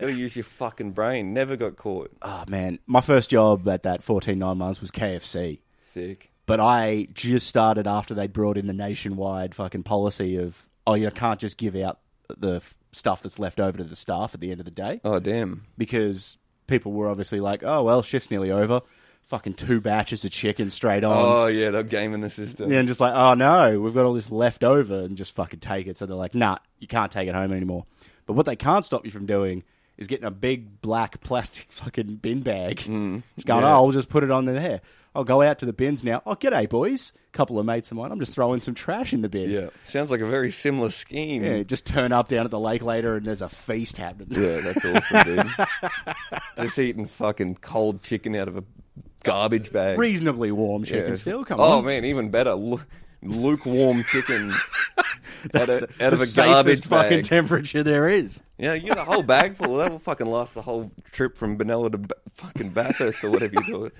Speaker 1: Gotta use your fucking brain. Never got caught.
Speaker 2: Oh, man. My first job at that 14, nine months was KFC.
Speaker 1: Sick.
Speaker 2: But I just started after they'd brought in the nationwide fucking policy of, oh, you can't just give out the f- stuff that's left over to the staff at the end of the day.
Speaker 1: Oh damn.
Speaker 2: because people were obviously like, oh, well, shift's nearly over. Fucking two batches of chicken straight on.
Speaker 1: Oh yeah, they're gaming the system.
Speaker 2: and then just like, oh, no, we've got all this left over and just fucking take it. So they're like, nah, you can't take it home anymore. But what they can't stop you from doing is getting a big black plastic fucking bin bag. just going,
Speaker 1: Mm. yeah.
Speaker 2: oh, we'll just put it on there. I'll go out to the bins now. Oh, g'day, boys. couple of mates of mine. I'm just throwing some trash in the bin.
Speaker 1: Yeah. Sounds like a very similar scheme.
Speaker 2: Yeah, just turn up down at the lake later and there's a feast happening.
Speaker 1: Yeah, that's awesome, dude. Just eating fucking cold chicken out of a garbage bag.
Speaker 2: Reasonably warm chicken
Speaker 1: Yeah.
Speaker 2: still. Come
Speaker 1: oh,
Speaker 2: on.
Speaker 1: man, even better. Lu- lukewarm chicken out,
Speaker 2: That's
Speaker 1: of, out of
Speaker 2: the
Speaker 1: a garbage
Speaker 2: safest fucking
Speaker 1: bag.
Speaker 2: temperature there is.
Speaker 1: yeah, you get a whole bag full. That will fucking last the whole trip from Benalla to B- fucking Bathurst or whatever you do it.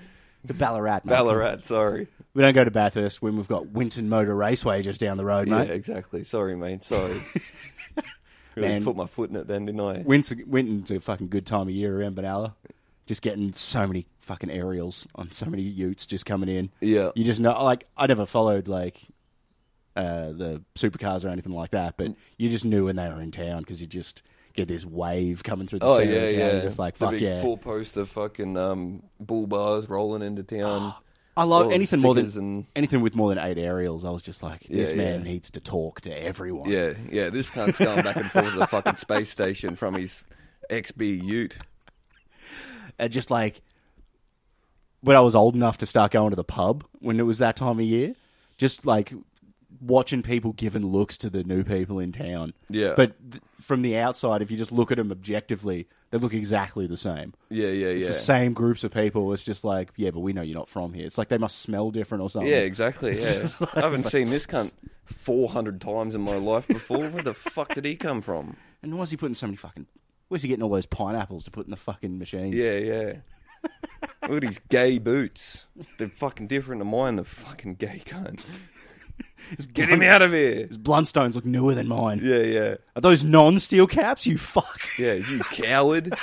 Speaker 2: The Ballarat, mate.
Speaker 1: Ballarat, sorry.
Speaker 2: We don't go to Bathurst when we've got Winton Motor Raceway just down the road, mate.
Speaker 1: Yeah, exactly. Sorry, mate. Sorry. Really
Speaker 2: Man.
Speaker 1: put my foot in it then, didn't I?
Speaker 2: Winton, Winton's a fucking good time of year around Benalla. Just getting so many fucking aerials on so many utes just coming in.
Speaker 1: Yeah.
Speaker 2: You just know, like, I never followed, like, uh, the supercars or anything like that, but you just knew when they were in town because you just get this wave coming through the
Speaker 1: Oh
Speaker 2: center
Speaker 1: yeah,
Speaker 2: of town.
Speaker 1: yeah.
Speaker 2: You're just like,
Speaker 1: the
Speaker 2: fuck
Speaker 1: big
Speaker 2: yeah.
Speaker 1: Four poster fucking um, bull bars rolling into town.
Speaker 2: I
Speaker 1: all
Speaker 2: love
Speaker 1: the
Speaker 2: anything more than
Speaker 1: stickers and-
Speaker 2: anything with more than eight aerials. I was just like, this
Speaker 1: Yeah,
Speaker 2: man
Speaker 1: yeah.
Speaker 2: needs to talk to everyone.
Speaker 1: Yeah, yeah. This cunt's going back and forth to the fucking space station from his XB Ute.
Speaker 2: And just like when I was old enough to start going to the pub, when it was that time of year, just like watching people giving looks to the new people in town.
Speaker 1: Yeah.
Speaker 2: But th- from the outside, if you just look at them objectively, they look exactly the same.
Speaker 1: Yeah, yeah, yeah.
Speaker 2: It's the same groups of people. It's just like, yeah, but we know you're not from here. It's like they must smell different or something.
Speaker 1: Yeah, exactly. Yeah, I haven't seen this cunt four hundred times in my life before. Where the fuck did he come from?
Speaker 2: And why's he putting so many fucking? Where's he getting all those pineapples to put in the fucking machines?
Speaker 1: Yeah, yeah. Look at his gay boots. They're fucking different to mine. The fucking gay cunt. Get him out of here.
Speaker 2: His Blundstones look newer than mine.
Speaker 1: Yeah, yeah,
Speaker 2: Are those non-steel caps? You fuck.
Speaker 1: yeah. You coward.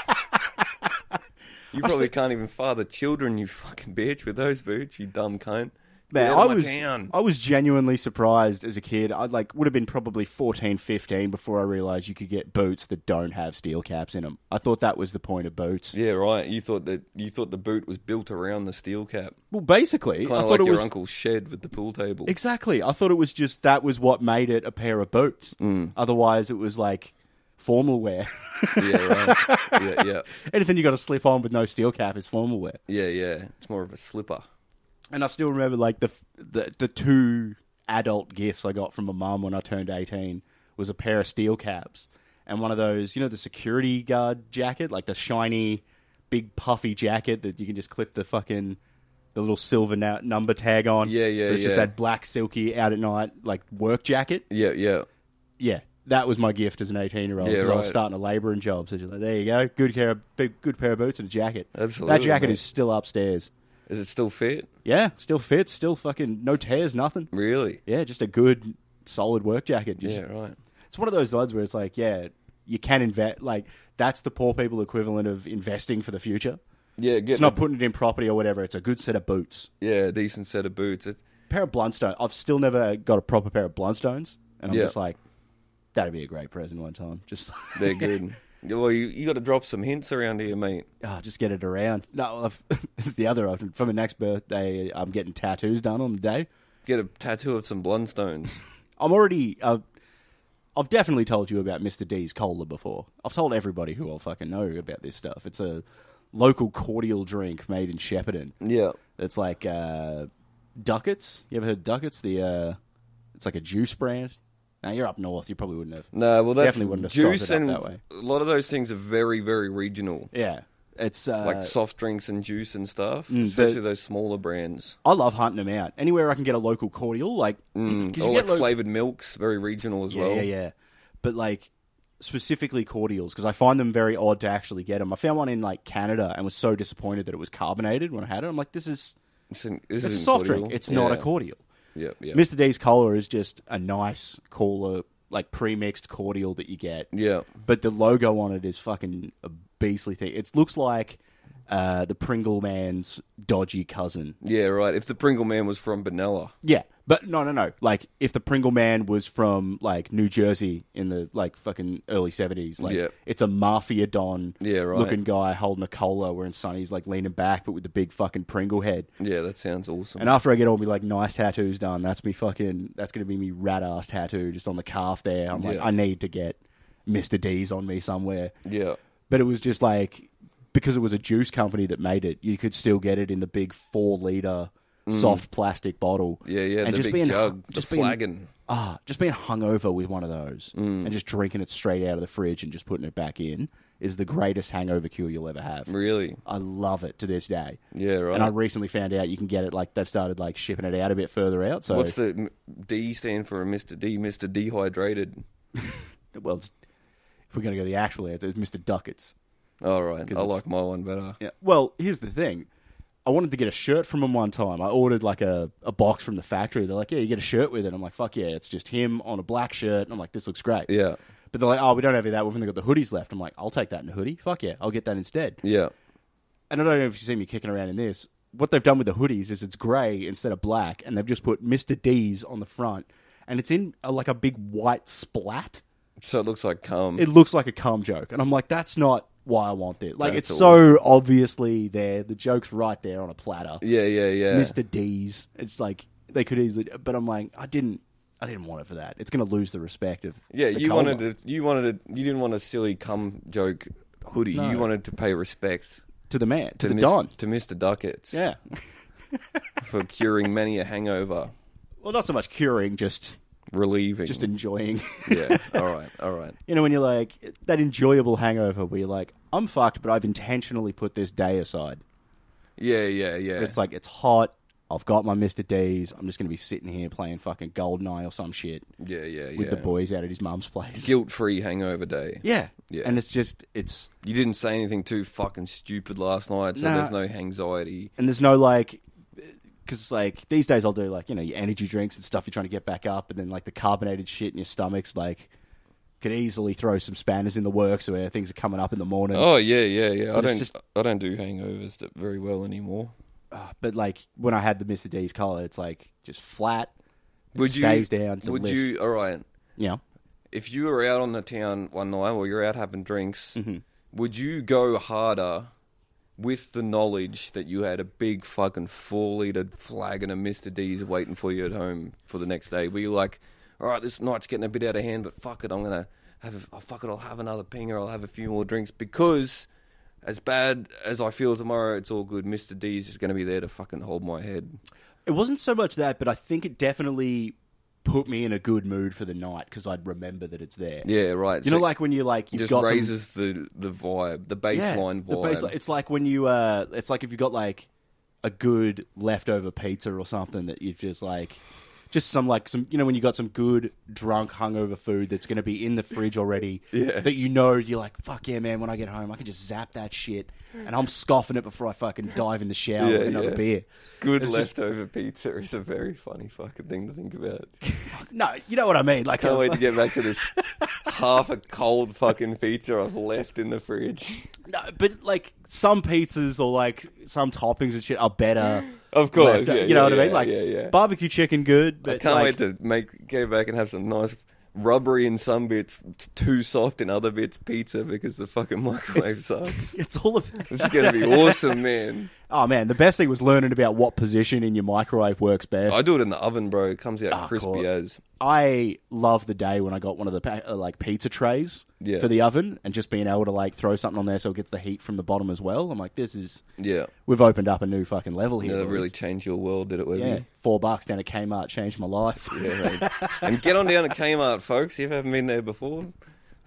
Speaker 1: You probably can't even father children, you fucking bitch, with those boots, you dumb cunt. Get
Speaker 2: Man,
Speaker 1: out of
Speaker 2: I
Speaker 1: my
Speaker 2: was
Speaker 1: town.
Speaker 2: I was genuinely surprised as a kid. I like would have been probably 14, 15 before I realized you could get boots that don't have steel caps in them. I thought that was the point of boots.
Speaker 1: Yeah, right. You thought that you thought the boot was built around the steel cap,
Speaker 2: Well, basically, I
Speaker 1: kind of
Speaker 2: thought
Speaker 1: like
Speaker 2: it
Speaker 1: your
Speaker 2: was
Speaker 1: uncle's shed with the pool table. Mm.
Speaker 2: exactly. I thought it was just that was what made it a pair of boots. Otherwise, it was like formal wear.
Speaker 1: Yeah, right. yeah, yeah,
Speaker 2: Anything you got to slip on with no steel cap is formal wear.
Speaker 1: yeah, yeah. It's more of a slipper.
Speaker 2: And I still remember like the the, the two adult gifts I got from my mum when I turned eighteen was a pair of steel caps and one of those you know the security guard jacket like the shiny big puffy jacket that you can just clip the fucking the little silver na- number tag on.
Speaker 1: Yeah, yeah,
Speaker 2: But it's just
Speaker 1: yeah.
Speaker 2: that black silky out at night like work jacket.
Speaker 1: Yeah, yeah,
Speaker 2: yeah, that was my gift as an eighteen-year-old
Speaker 1: Yeah,
Speaker 2: because I was
Speaker 1: right.
Speaker 2: starting a labouring job. So she's like, there you go, good pair, of, big, good pair of boots and a jacket.
Speaker 1: Absolutely,
Speaker 2: that jacket
Speaker 1: mate.
Speaker 2: is still upstairs.
Speaker 1: Is it still fit?
Speaker 2: Yeah, still fits, still fucking no tears, nothing.
Speaker 1: Really?
Speaker 2: Yeah, just a good, solid work jacket. Just-
Speaker 1: Yeah, right.
Speaker 2: It's one of those odds where it's like, yeah, you can invest. Like that's the poor people equivalent of investing for the future.
Speaker 1: Yeah, get
Speaker 2: It's not putting it in property or whatever. It's a good set of boots.
Speaker 1: yeah, a decent set of boots. It,
Speaker 2: Pair of Blundstone. I've still never got a proper pair of Blundstones, and I'm
Speaker 1: Yeah.
Speaker 2: just like, that'd be a great present one time. Just
Speaker 1: they're good. well, you you got to drop some hints around here, mate.
Speaker 2: oh, just get it around. No, I've, it's the other option. For my next birthday, I'm getting tattoos done on the day.
Speaker 1: Get a tattoo of some blundstones.
Speaker 2: I'm already. Uh, I've definitely told you about Mr. D's cola before. I've told everybody who I fucking know about this stuff. It's a local cordial drink made in Shepparton.
Speaker 1: yeah,
Speaker 2: It's like uh, Ducats. You ever heard of Ducats? The uh, it's like a juice brand. Now you're up north. You probably wouldn't have.
Speaker 1: no, well that's
Speaker 2: Definitely wouldn't have started
Speaker 1: juice
Speaker 2: up
Speaker 1: and
Speaker 2: that way.
Speaker 1: a lot of those things are very very regional,
Speaker 2: Yeah, it's uh, Mm,
Speaker 1: like soft drinks and juice and stuff,
Speaker 2: the-
Speaker 1: especially those smaller brands.
Speaker 2: I love hunting them out. Anywhere I can get a local cordial, like
Speaker 1: Mm,
Speaker 2: 'cause you
Speaker 1: or
Speaker 2: get
Speaker 1: like
Speaker 2: lo-
Speaker 1: flavored milks, very regional as
Speaker 2: Yeah,
Speaker 1: well.
Speaker 2: yeah, yeah. But like specifically cordials because I find them very odd to actually get them. I found one in like Canada and was so disappointed that it was carbonated when I had it. I'm like, this is
Speaker 1: It's, an, this
Speaker 2: it's a
Speaker 1: isn't
Speaker 2: soft
Speaker 1: cordial.
Speaker 2: drink. It's not a
Speaker 1: Yeah.
Speaker 2: cordial.
Speaker 1: Yeah, yeah,
Speaker 2: Mr. D's cola is just a nice cola, like pre-mixed cordial that you get.
Speaker 1: yeah.
Speaker 2: But the logo on it is fucking a beastly thing. It looks like uh, the Pringle man's dodgy cousin.
Speaker 1: Yeah, right. If the Pringle Man was from Benalla,
Speaker 2: Yeah, but no, no, no. Like if the Pringle Man was from like New Jersey in the like fucking early seventies, like
Speaker 1: Yeah.
Speaker 2: it's a mafia don,
Speaker 1: Yeah, right.
Speaker 2: looking guy holding a cola, wearing sunnies, like leaning back, but with the big fucking Pringle head.
Speaker 1: yeah, that sounds awesome.
Speaker 2: And after I get all my like nice tattoos done, that's me fucking. That's gonna be me rat ass tattoo just on the calf there. I'm like,
Speaker 1: Yeah.
Speaker 2: I need to get Mister D's on me somewhere.
Speaker 1: yeah,
Speaker 2: But it was just like because it was a juice company that made it, you could still get it in the big four liter soft plastic bottle.
Speaker 1: Mm. yeah, yeah.
Speaker 2: And
Speaker 1: the
Speaker 2: just
Speaker 1: big
Speaker 2: being
Speaker 1: jug,
Speaker 2: just
Speaker 1: the
Speaker 2: being
Speaker 1: flagon. Mm.
Speaker 2: ah, just being hungover with one of those and just drinking it straight out of the fridge and just putting it back in is the greatest hangover cure you'll ever have.
Speaker 1: Really?
Speaker 2: I love it to this day.
Speaker 1: Yeah, right.
Speaker 2: And I recently found out you can get it like they've started like shipping it out a bit further out. So
Speaker 1: What's the m- D stand for? Mister D, Mister Dehydrated.
Speaker 2: well, it's, if we're gonna go the actual answer, it's Mister Ducats.
Speaker 1: All right, I
Speaker 2: it's-
Speaker 1: like my one better.
Speaker 2: Yeah. Well, here's the thing. I wanted to get a shirt from him one time. I ordered like a, a box from the factory. They're like, yeah, you get a shirt with it. I'm like, fuck yeah, it's just him on a black shirt. And I'm like, this looks great.
Speaker 1: Yeah,
Speaker 2: But they're like, oh, we don't have any of that. We've only got the hoodies left. I'm like, I'll take that in a hoodie. Fuck yeah, I'll get that instead.
Speaker 1: yeah,
Speaker 2: And I don't know if you've seen me kicking around in this. What they've done with the hoodies is it's grey instead of black, and they've just put Mr. D's on the front, and it's in a, like a big white splat.
Speaker 1: So it looks like cum.
Speaker 2: It looks like a cum joke, and I'm like, that's not why I want it. Like
Speaker 1: That's
Speaker 2: it's so obviously there. The joke's right there on a platter.
Speaker 1: yeah, yeah, yeah.
Speaker 2: Mr. D's. It's like they could easily, but I'm like, I didn't. I didn't want it for that. It's going to lose the respect of
Speaker 1: Yeah,
Speaker 2: the
Speaker 1: you
Speaker 2: cola.
Speaker 1: wanted to, you wanted to, you didn't want a silly cum joke hoodie. You
Speaker 2: No.
Speaker 1: wanted to pay respect
Speaker 2: to the man to, the
Speaker 1: Mis-
Speaker 2: don.
Speaker 1: to Mister Ducats
Speaker 2: Yeah.
Speaker 1: for curing many a hangover,
Speaker 2: Well, not so much curing, just
Speaker 1: relieving.
Speaker 2: just enjoying.
Speaker 1: yeah. All right, all right.
Speaker 2: you know, when you're like that enjoyable hangover where you're like, I'm fucked, but I've intentionally put this day aside.
Speaker 1: Yeah, yeah, yeah.
Speaker 2: It's like it's hot. I've got my Mister D's. I'm just gonna be sitting here playing fucking Goldeneye or some shit
Speaker 1: yeah, yeah, yeah.
Speaker 2: with the boys out at his mum's place.
Speaker 1: guilt-free hangover day.
Speaker 2: Yeah.
Speaker 1: Yeah.
Speaker 2: And it's just it's
Speaker 1: You didn't say anything too fucking stupid last night, so
Speaker 2: Nah.
Speaker 1: there's no anxiety.
Speaker 2: and there's no like because like these days i'll do like you know your energy drinks and stuff you're trying to get back up and then like the carbonated shit in your stomach's like could easily throw some spanners in the works where things are coming up in the morning
Speaker 1: Oh yeah, yeah, yeah. I
Speaker 2: it's
Speaker 1: don't,
Speaker 2: just-
Speaker 1: I don't do hangovers that very well anymore.
Speaker 2: Uh, but like when i had the mr d's collar it's like just flat it
Speaker 1: Would
Speaker 2: stays
Speaker 1: you?
Speaker 2: down to
Speaker 1: would
Speaker 2: list.
Speaker 1: you? All right.
Speaker 2: you know
Speaker 1: If you were out on the town one night, or you're out having drinks,
Speaker 2: Mm-hmm.
Speaker 1: would you go harder with the knowledge that you had a big fucking four liter flagon of Mister D's waiting for you at home for the next day? Were you like, all right, this night's getting a bit out of hand, but fuck it, I'm gonna have a, oh, fuck it, I'll have another ping or I'll have a few more drinks because as bad as I feel tomorrow, it's all good. Mr. D's is going to be there to fucking hold my head.
Speaker 2: It wasn't so much that, but I think it definitely put me in a good mood for the night because I'd remember that it's there.
Speaker 1: Yeah, right.
Speaker 2: You know, like when you like
Speaker 1: it
Speaker 2: you've
Speaker 1: just
Speaker 2: got some-
Speaker 1: raises the the vibe, the baseline
Speaker 2: the
Speaker 1: vibe.
Speaker 2: baseline- It's like when you, uh, it's like if you've got like a good leftover pizza or something that you've just like, just some like some, you know, when you got some good drunk hungover food that's going to be in the fridge already
Speaker 1: Yeah.
Speaker 2: that you know you're like, fuck yeah, man, when I get home, I can just zap that shit and I'm scoffing it before I fucking dive in the shower
Speaker 1: Yeah,
Speaker 2: with another
Speaker 1: yeah.
Speaker 2: beer.
Speaker 1: Good
Speaker 2: It's just-
Speaker 1: leftover pizza is a very funny fucking thing to think about.
Speaker 2: No, you know what I mean? Like,
Speaker 1: Can't
Speaker 2: uh,
Speaker 1: wait to get back to this half a cold fucking pizza I've left in the fridge.
Speaker 2: no, but like some pizzas or like some toppings and shit are better.
Speaker 1: Of course,
Speaker 2: left-
Speaker 1: yeah,
Speaker 2: you know
Speaker 1: yeah,
Speaker 2: what I mean?
Speaker 1: yeah,
Speaker 2: Like
Speaker 1: yeah, yeah.
Speaker 2: barbecue chicken, good. But
Speaker 1: I can't
Speaker 2: like,
Speaker 1: wait to make go back and have some nice rubbery in some bits, t- too soft in other bits pizza because the fucking microwave sucks.
Speaker 2: It's all about.
Speaker 1: This is gonna be awesome, man.
Speaker 2: Oh man, the best thing was learning about what position in your microwave works best.
Speaker 1: I
Speaker 2: I,
Speaker 1: do it in the oven, bro. It comes out crispy
Speaker 2: Ah, cool.
Speaker 1: as.
Speaker 2: love the day when I got one of the pa- uh, like pizza trays
Speaker 1: Yeah.
Speaker 2: for the oven and just being able to like throw something on there so it gets the heat from the bottom as well. I'm like, this is
Speaker 1: Yeah,
Speaker 2: we've opened up a new fucking level here.
Speaker 1: no, that
Speaker 2: boys.
Speaker 1: really changed your world, did it, Webby?
Speaker 2: yeah, four bucks down at Kmart changed my life.
Speaker 1: Yeah, mate. and get on down to Kmart, folks. If you haven't been there before,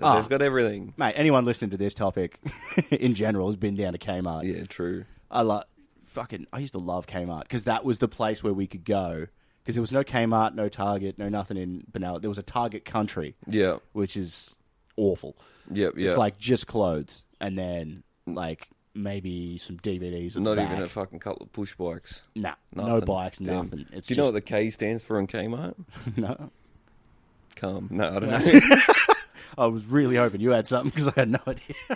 Speaker 2: Ah.
Speaker 1: they've got everything.
Speaker 2: Mate, anyone listening to this topic in general has been down to Kmart.
Speaker 1: Yeah, true.
Speaker 2: I love fucking. I used to love Kmart because that was the place where we could go because there was no Kmart, no Target, no nothing in Benalla. There was a Target country,
Speaker 1: Yeah,
Speaker 2: which is awful.
Speaker 1: yep, yeah.
Speaker 2: It's like just clothes and then like maybe some DVDs. At
Speaker 1: not
Speaker 2: the
Speaker 1: even a
Speaker 2: back.
Speaker 1: fucking couple of push bikes.
Speaker 2: nah, no
Speaker 1: Nothing.
Speaker 2: bikes,
Speaker 1: Damn.
Speaker 2: nothing. It's
Speaker 1: Do you know
Speaker 2: just,
Speaker 1: what the K stands for in Kmart?
Speaker 2: no.
Speaker 1: Come. No, I don't know.
Speaker 2: I was really hoping you had something because I had no idea.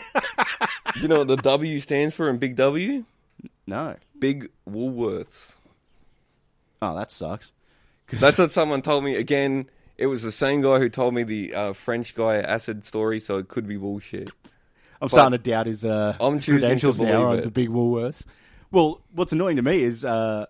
Speaker 1: Do you know what the W stands for in Big W?
Speaker 2: No,
Speaker 1: Big Woolworths.
Speaker 2: oh that sucks. 'Cause-
Speaker 1: That's what someone told me. Again, it was the same guy who told me the uh, French guy acid story, so it could be bullshit.
Speaker 2: I'm starting to doubt his uh,
Speaker 1: I'm choosing to
Speaker 2: credentials now
Speaker 1: believe
Speaker 2: on
Speaker 1: it.
Speaker 2: the big Woolworths. Well, what's annoying to me is uh,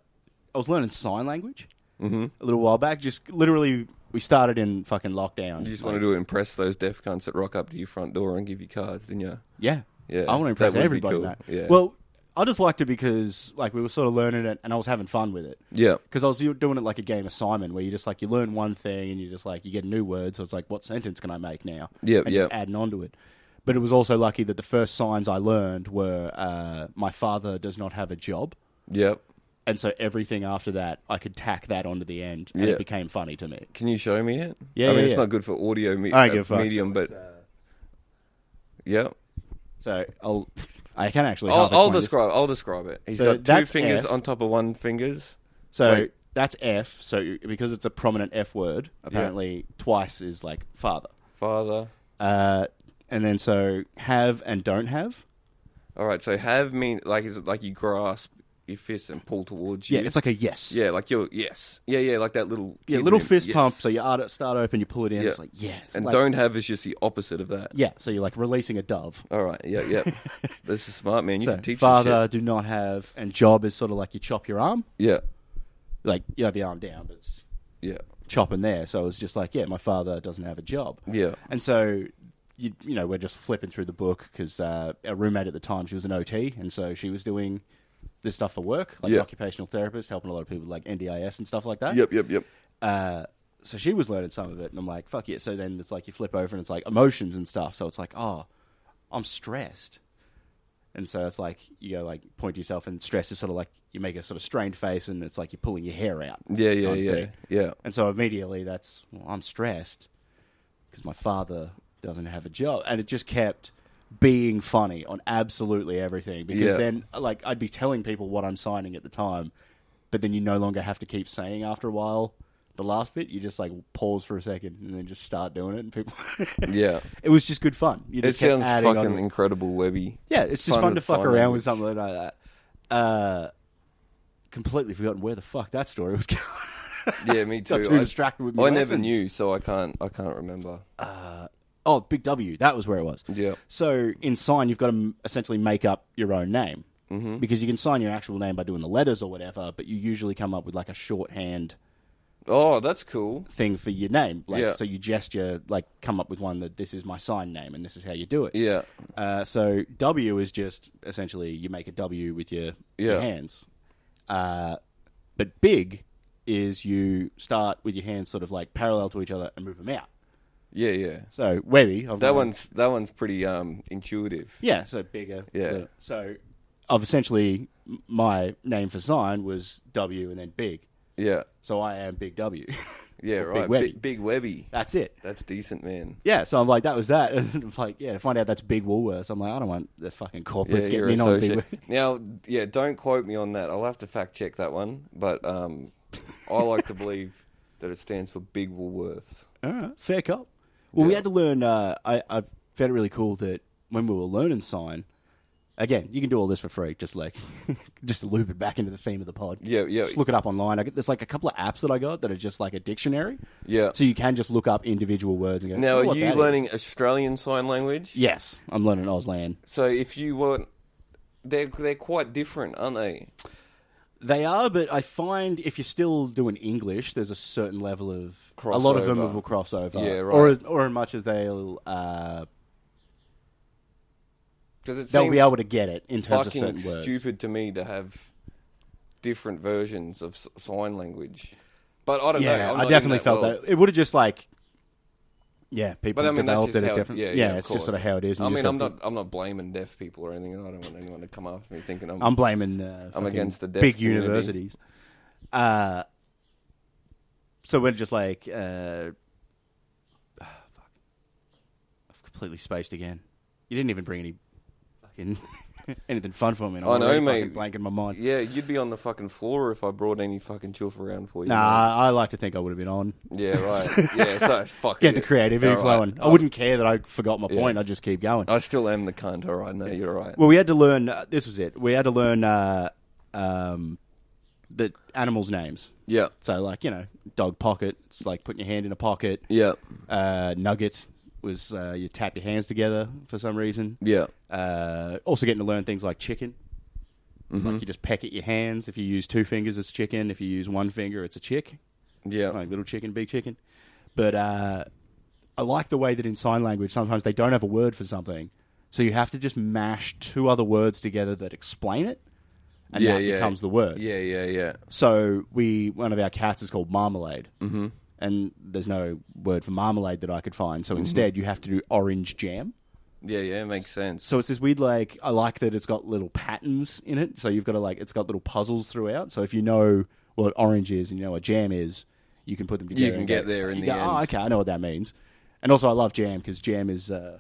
Speaker 2: I was learning sign language
Speaker 1: Mm-hmm.
Speaker 2: a little while back. Just literally, we started in fucking lockdown.
Speaker 1: You just
Speaker 2: Like,
Speaker 1: wanted to impress those deaf cunts that rock up to your front door and give you cards, didn't you?
Speaker 2: yeah,
Speaker 1: Yeah,
Speaker 2: I want to impress
Speaker 1: that would be
Speaker 2: everybody.
Speaker 1: cool.
Speaker 2: mate.
Speaker 1: Yeah.
Speaker 2: Well, I just liked it because like we were sort of learning it, and I was having fun with it.
Speaker 1: Yeah.
Speaker 2: Because I was doing it like a game of Simon, where you just like you learn one thing and you just like you get a new word. So it's like, what sentence can I make now?
Speaker 1: Yep,
Speaker 2: and
Speaker 1: yep.
Speaker 2: just adding on to it. But it was also lucky that the first signs I learned were uh, my father does not have a job,
Speaker 1: Yep.
Speaker 2: and so everything after that I could tack that onto the end, and
Speaker 1: Yeah.
Speaker 2: it became funny to me.
Speaker 1: Can you show me it?
Speaker 2: Yeah,
Speaker 1: I mean,
Speaker 2: yeah,
Speaker 1: it's
Speaker 2: yeah.
Speaker 1: not good for audio me-
Speaker 2: I don't give a
Speaker 1: uh,
Speaker 2: fuck.
Speaker 1: medium, but yeah.
Speaker 2: So I'll, I can actually.
Speaker 1: I'll,
Speaker 2: half
Speaker 1: I'll
Speaker 2: explain this.
Speaker 1: describe. I'll describe it. He's
Speaker 2: So
Speaker 1: got two
Speaker 2: that's
Speaker 1: fingers
Speaker 2: F.
Speaker 1: on top of one fingers.
Speaker 2: So
Speaker 1: Wait.
Speaker 2: that's F. So because it's a prominent F word, apparently twice is like father.
Speaker 1: Father.
Speaker 2: Uh, and then so have and don't have.
Speaker 1: All right. So have mean like is it like you grasp your fist and pull towards you?
Speaker 2: Yeah, it's like a yes.
Speaker 1: yeah, like you're yes. Yeah, yeah, like that little
Speaker 2: Yeah,
Speaker 1: kid
Speaker 2: little
Speaker 1: limp,
Speaker 2: fist
Speaker 1: yes.
Speaker 2: pump. So you art- start open, you pull it in.
Speaker 1: Yeah.
Speaker 2: It's like yes,
Speaker 1: And
Speaker 2: like-
Speaker 1: don't have is just the opposite of that.
Speaker 2: Yeah, so you're like releasing a dove.
Speaker 1: All right. Yeah. Yeah. this is smart, man. You
Speaker 2: So
Speaker 1: can teach
Speaker 2: father do not have, and job is sort of like you chop your arm.
Speaker 1: This shit.
Speaker 2: Like you have your arm down, but it's
Speaker 1: Yeah.
Speaker 2: chopping there. So it was just like, yeah, my father doesn't have a job.
Speaker 1: Yeah. Yeah.
Speaker 2: And so, you, you know, we're just flipping through the book because uh, our roommate at the time, she was an OT, and so she was doing this stuff for work, like
Speaker 1: Yeah.
Speaker 2: occupational therapist, helping a lot of people with, like NDIS and stuff like that.
Speaker 1: Yep. Yep. Yep.
Speaker 2: Uh, so she was learning some of it, and I'm like, fuck yeah. So then it's like you flip over and it's like emotions and stuff. So it's like, oh, I'm stressed. And so it's like you go like point to yourself, and stress is sort of like you make a sort of strained face, and it's like you're pulling your hair out.
Speaker 1: Yeah. Yeah.
Speaker 2: kind of
Speaker 1: Yeah.
Speaker 2: thing.
Speaker 1: Yeah.
Speaker 2: And so immediately that's, well, I'm stressed because my father doesn't have a job. And it just kept being funny on absolutely everything because
Speaker 1: Yeah.
Speaker 2: then, like, I'd be telling people what I'm signing at the time, but then you no longer have to keep saying after a while the last bit. You just, like, pause for a second and then just start doing it. And people.
Speaker 1: Yeah.
Speaker 2: It was just good fun. You
Speaker 1: It
Speaker 2: just kept
Speaker 1: sounds
Speaker 2: adding on
Speaker 1: fucking
Speaker 2: to it.
Speaker 1: incredible, Webby.
Speaker 2: Yeah, it's just
Speaker 1: fun
Speaker 2: fun, to
Speaker 1: with
Speaker 2: fuck
Speaker 1: sign
Speaker 2: around with
Speaker 1: language.
Speaker 2: something like that. Uh, completely forgotten where the fuck that story was going.
Speaker 1: Yeah, me too.
Speaker 2: Got too
Speaker 1: I,
Speaker 2: distracted with
Speaker 1: I
Speaker 2: my
Speaker 1: never
Speaker 2: lessons.
Speaker 1: knew, so I can't. I can't remember.
Speaker 2: Oh, Big W. That was where it was.
Speaker 1: Yeah.
Speaker 2: So in sign, you've got to m- essentially make up your own name mm-hmm. because you can sign your actual name by doing the letters or whatever, but you usually come up with like a shorthand
Speaker 1: Oh, that's cool.
Speaker 2: thing for your name. Like,
Speaker 1: Yeah.
Speaker 2: So you gesture, like, come up with one that this is my sign name and this is how you do it.
Speaker 1: Yeah.
Speaker 2: Uh, so W is just essentially you make a W with your, your
Speaker 1: Yeah.
Speaker 2: hands. Uh, but big is you start with your hands sort of like parallel to each other and move them out.
Speaker 1: Yeah, yeah.
Speaker 2: So webby. I've
Speaker 1: That
Speaker 2: gone-
Speaker 1: one's that one's pretty um intuitive.
Speaker 2: Yeah, so bigger.
Speaker 1: Yeah.
Speaker 2: the- so I've essentially m- my name for sign was W and then big.
Speaker 1: Yeah.
Speaker 2: So I am Big W.
Speaker 1: Yeah,
Speaker 2: Or
Speaker 1: right.
Speaker 2: Big Webby.
Speaker 1: Big, big Webby.
Speaker 2: That's it.
Speaker 1: That's decent, man.
Speaker 2: Yeah, so I'm like, that was that. And I'm like, yeah, to find out that's Big Woolworths, I'm like, I don't want the fucking
Speaker 1: Yeah,
Speaker 2: corporates
Speaker 1: you're
Speaker 2: getting in on Big
Speaker 1: associate-
Speaker 2: Woolworths.
Speaker 1: Now, yeah, don't quote me on that. I'll have to fact check that one, but um, I like to believe that it stands for Big Woolworths.
Speaker 2: All right, fair cop. Well, we
Speaker 1: Yeah.
Speaker 2: had to learn. Uh, I, I found it really cool that when we were learning sign, again, you can do all this for free. Just like, just to loop it back into the theme of the pod.
Speaker 1: Yeah, yeah.
Speaker 2: Just look it up online. I get, there's like a couple of apps that I got that are just like a dictionary.
Speaker 1: Yeah.
Speaker 2: So you can just look up individual words and go.
Speaker 1: Now,
Speaker 2: "Oh,
Speaker 1: are
Speaker 2: what that
Speaker 1: you
Speaker 2: is."
Speaker 1: learning Australian Sign Language?
Speaker 2: Yes, I'm learning Auslan.
Speaker 1: So if you want, they're they're quite different, aren't they?
Speaker 2: They are, but I find if you're still doing English, there's a certain level of a lot of them
Speaker 1: Crossover.
Speaker 2: will cross over.
Speaker 1: Yeah, right.
Speaker 2: Or as, or as much as they'll uh,
Speaker 1: Because it
Speaker 2: they'll
Speaker 1: seems
Speaker 2: be able to get it in terms of
Speaker 1: fucking
Speaker 2: certain words.
Speaker 1: stupid to me to have different versions of s- sign language. But I don't know.
Speaker 2: Yeah,
Speaker 1: I'm not
Speaker 2: I
Speaker 1: in
Speaker 2: definitely
Speaker 1: that
Speaker 2: felt
Speaker 1: world.
Speaker 2: that it would have just like yeah, people
Speaker 1: But I mean, that's
Speaker 2: developed
Speaker 1: just
Speaker 2: it
Speaker 1: how,
Speaker 2: at different.
Speaker 1: yeah, yeah, of
Speaker 2: it's just sort of
Speaker 1: course.
Speaker 2: how it is. and
Speaker 1: I
Speaker 2: you
Speaker 1: mean,
Speaker 2: just
Speaker 1: I'm
Speaker 2: gotta-
Speaker 1: not, I'm not blaming deaf people or anything. and I don't want anyone to come after me thinking I'm.
Speaker 2: I'm blaming. Uh, fucking
Speaker 1: against the deaf
Speaker 2: big
Speaker 1: community.
Speaker 2: universities. Uh, so we're just like, uh, ah, fuck, I've completely spaced again. You didn't even bring any fucking anything fun for me. and I'm
Speaker 1: I know,
Speaker 2: already
Speaker 1: Oh, mate.
Speaker 2: fucking Blank in my mind.
Speaker 1: yeah, you'd be on the fucking floor if I brought any fucking chuff around for you.
Speaker 2: Nah, I, I like to think I would have been on.
Speaker 1: mate. Yeah, right. yeah, so fuck
Speaker 2: Get
Speaker 1: it.
Speaker 2: the creativity
Speaker 1: All right.
Speaker 2: flowing. I wouldn't care that I forgot my point. I'd just keep going.
Speaker 1: I still am the cunt. All right, no, you're right.
Speaker 2: Well, we had to learn. Uh, this was it. We had to learn uh, um, the animals' names.
Speaker 1: Yeah,
Speaker 2: So, like you know, dog pocket. It's like putting your hand in a pocket.
Speaker 1: yeah,
Speaker 2: Uh, nugget was uh, you tap your hands together for some reason.
Speaker 1: yeah.
Speaker 2: Uh, also, getting to learn things like chicken. It's
Speaker 1: Mm-hmm.
Speaker 2: like you just peck at your hands. If you use two fingers, it's chicken. If you use one finger, it's a chick.
Speaker 1: Yeah.
Speaker 2: Like little chicken, big chicken. But uh, I like the way that in sign language sometimes they don't have a word for something, so you have to just mash two other words together that explain it, and
Speaker 1: yeah,
Speaker 2: that
Speaker 1: yeah.
Speaker 2: becomes the word.
Speaker 1: Yeah, yeah, yeah.
Speaker 2: So we one of our cats is called Marmalade, mm-hmm. and there's no word for marmalade that I could find.
Speaker 1: Mm-hmm.
Speaker 2: So instead, you have to do orange jam.
Speaker 1: Yeah, yeah, it makes sense.
Speaker 2: So it's this weird like I like that it's got little patterns in it. So you've got to like it's got little puzzles throughout. So if you know what orange is and you know what jam is, you can put them together.
Speaker 1: can
Speaker 2: and
Speaker 1: get there in
Speaker 2: you
Speaker 1: the
Speaker 2: go, Oh,
Speaker 1: end."
Speaker 2: okay, I know what that means. And also, I love jam because jam is uh,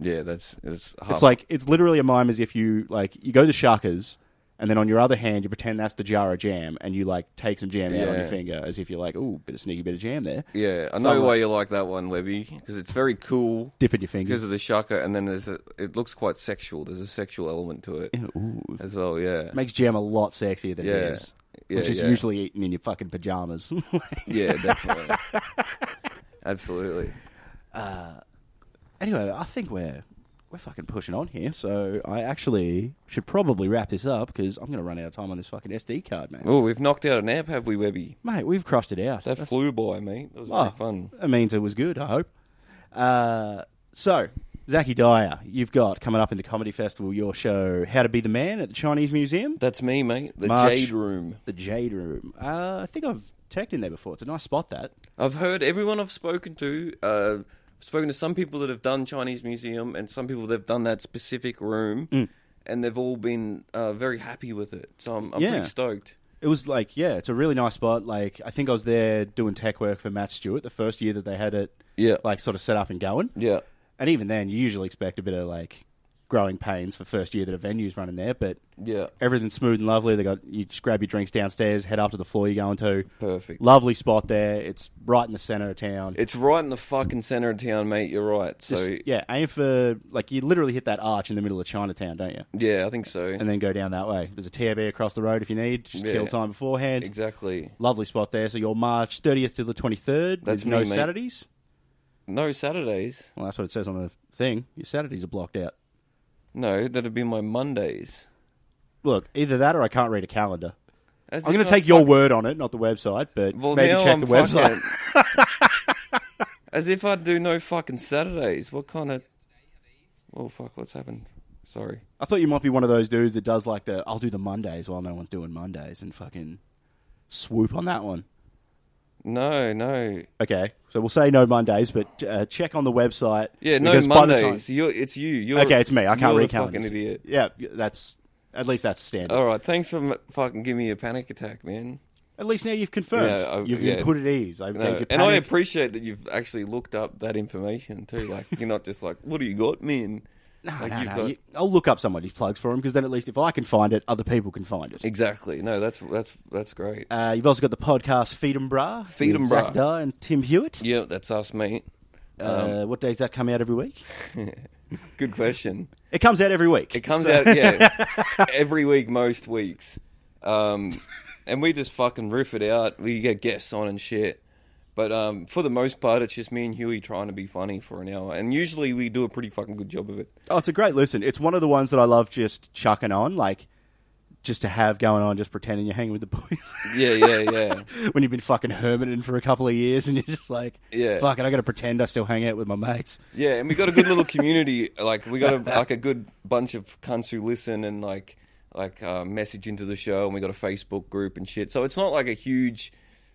Speaker 1: yeah, that's it's. Half,
Speaker 2: it's like it's literally a mime as if you like you go to Shaka's and then on your other hand you pretend that's the jar of jam and you like take some jam out on your
Speaker 1: Yeah.
Speaker 2: finger as if you're like ooh bit of sneaky bit of jam there.
Speaker 1: yeah, I
Speaker 2: So
Speaker 1: know
Speaker 2: I'm
Speaker 1: why
Speaker 2: like-
Speaker 1: you like that one, Webby, because it's very cool.
Speaker 2: Dip in your finger.
Speaker 1: Because of the shaka, and then there's a, it looks quite sexual. There's a sexual element to it
Speaker 2: Ooh.
Speaker 1: as well. Yeah,
Speaker 2: Makes jam a lot sexier than
Speaker 1: Yeah.
Speaker 2: it is.
Speaker 1: Yeah,
Speaker 2: which is
Speaker 1: yeah.
Speaker 2: usually eaten in your fucking pajamas.
Speaker 1: yeah, definitely, absolutely.
Speaker 2: anyway, I think we're we're fucking pushing on here. So I actually should probably wrap this up because I'm going to run out of time on this fucking SD card, man.
Speaker 1: Oh, we've knocked out an app, have we, Webby?
Speaker 2: Mate, we've crushed it out.
Speaker 1: That flew by, mate. That was
Speaker 2: Oh,
Speaker 1: pretty fun.
Speaker 2: That means it was good. I hope. Uh, so. Zachy Dyer, you've got coming up in the comedy festival your show "How to Be the Man" at the Chinese Museum,
Speaker 1: That's me, mate. The
Speaker 2: March.
Speaker 1: Jade Room.
Speaker 2: the Jade Room. Uh, I think I've tagged in there before. It's a nice spot. That
Speaker 1: I've heard everyone I've spoken to. Uh, I've spoken to some people that have done Chinese Museum, and some people that've done that specific room,
Speaker 2: Mm.
Speaker 1: and they've all been uh, very happy with it. So I'm, I'm
Speaker 2: Yeah.
Speaker 1: pretty stoked.
Speaker 2: It was like, yeah, it's a really nice spot. Like, I think I was there doing tech work for Matt Stewart the first year that they had it,
Speaker 1: Yeah.
Speaker 2: like sort of set up and going.
Speaker 1: Yeah,
Speaker 2: And even then, you usually expect a bit of like growing pains for first year that a venue's running there, but
Speaker 1: yeah,
Speaker 2: everything's smooth and lovely. They got you just grab your drinks downstairs, head up to the floor you're going to.
Speaker 1: perfect.
Speaker 2: Lovely spot there. It's right in the center of town.
Speaker 1: It's right in the fucking center of town, mate. You're right. So
Speaker 2: Just- yeah, aim for like you literally hit that arch in the middle of Chinatown, don't you?
Speaker 1: yeah, I think so.
Speaker 2: And then go down that way. There's a TAB across the road if you need. Just
Speaker 1: Yeah.
Speaker 2: kill time beforehand.
Speaker 1: Exactly.
Speaker 2: Lovely spot there. So you're March 30th to the 23rd.
Speaker 1: That's
Speaker 2: with no
Speaker 1: me, mate.
Speaker 2: Saturdays.
Speaker 1: No Saturdays.
Speaker 2: Well, that's what it says on the thing. Your Saturdays are blocked out.
Speaker 1: No, that'd be my Mondays.
Speaker 2: Look, either that or I can't read a calendar.
Speaker 1: It's
Speaker 2: I'm going
Speaker 1: just
Speaker 2: to
Speaker 1: not
Speaker 2: take your
Speaker 1: fuck-
Speaker 2: word on it, not the website, but
Speaker 1: Well,
Speaker 2: maybe
Speaker 1: now
Speaker 2: check
Speaker 1: I'm
Speaker 2: the website.
Speaker 1: fucking- As if I do no fucking Saturdays. What kind of? Oh fuck! What's happened? Sorry.
Speaker 2: I thought you might be one of those dudes that does like the I'll do the Mondays while no one's doing Mondays and fucking swoop on that one.
Speaker 1: No, no.
Speaker 2: Okay, so we'll say no Mondays, but uh, check on the website.
Speaker 1: Yeah, no
Speaker 2: because by the time-
Speaker 1: Mondays. You're, it's you. You're,
Speaker 2: okay, it's me. I can't
Speaker 1: you're
Speaker 2: read
Speaker 1: the fucking
Speaker 2: calendars.
Speaker 1: idiot.
Speaker 2: Yeah, that's at least that's standard.
Speaker 1: All right. Thanks for m- fucking giving me a panic attack, man.
Speaker 2: At least now you've confirmed.
Speaker 1: Yeah, I-
Speaker 2: you've,
Speaker 1: yeah.
Speaker 2: you've put at ease. I
Speaker 1: No,
Speaker 2: gave you
Speaker 1: and I
Speaker 2: panic.
Speaker 1: appreciate that you've actually looked up that information too. Like you're not just like, what do you got, man?
Speaker 2: No,
Speaker 1: like,
Speaker 2: no,
Speaker 1: you've
Speaker 2: no.
Speaker 1: got-
Speaker 2: You- I'll look up somebody's plugs for him because then at least if I can find it, other people can find it.
Speaker 1: Exactly. No, that's that's that's great.
Speaker 2: Uh, you've also got the podcast Feed 'em Bra.
Speaker 1: Feed 'em
Speaker 2: with
Speaker 1: Bra.
Speaker 2: Zach Dye and Tim Hewitt.
Speaker 1: yeah, that's us, mate. um,
Speaker 2: uh, what days that come out every week?
Speaker 1: Good question.
Speaker 2: It comes out every week.
Speaker 1: It comes out, yeah, every week, most weeks. Um, and we just fucking riff it out. We get guests on and shit. But um, for the most part, it's just me and Huey trying to be funny for an hour. And usually we do a pretty fucking good job of it.
Speaker 2: Oh, it's a great listen. It's one of the ones that I love just chucking on, like just to have going on, just pretending you're hanging with the boys.
Speaker 1: Yeah, yeah, yeah.
Speaker 2: when you've been fucking hermiting for a couple of years and you're just like,
Speaker 1: Yeah.
Speaker 2: fuck it, I got to pretend I still hang out with my mates.
Speaker 1: Yeah, and we got a good little community. Like we got a, like a good bunch of cunts who listen and like like uh, message into the show, and we got a Facebook group and shit. So it's not like a huge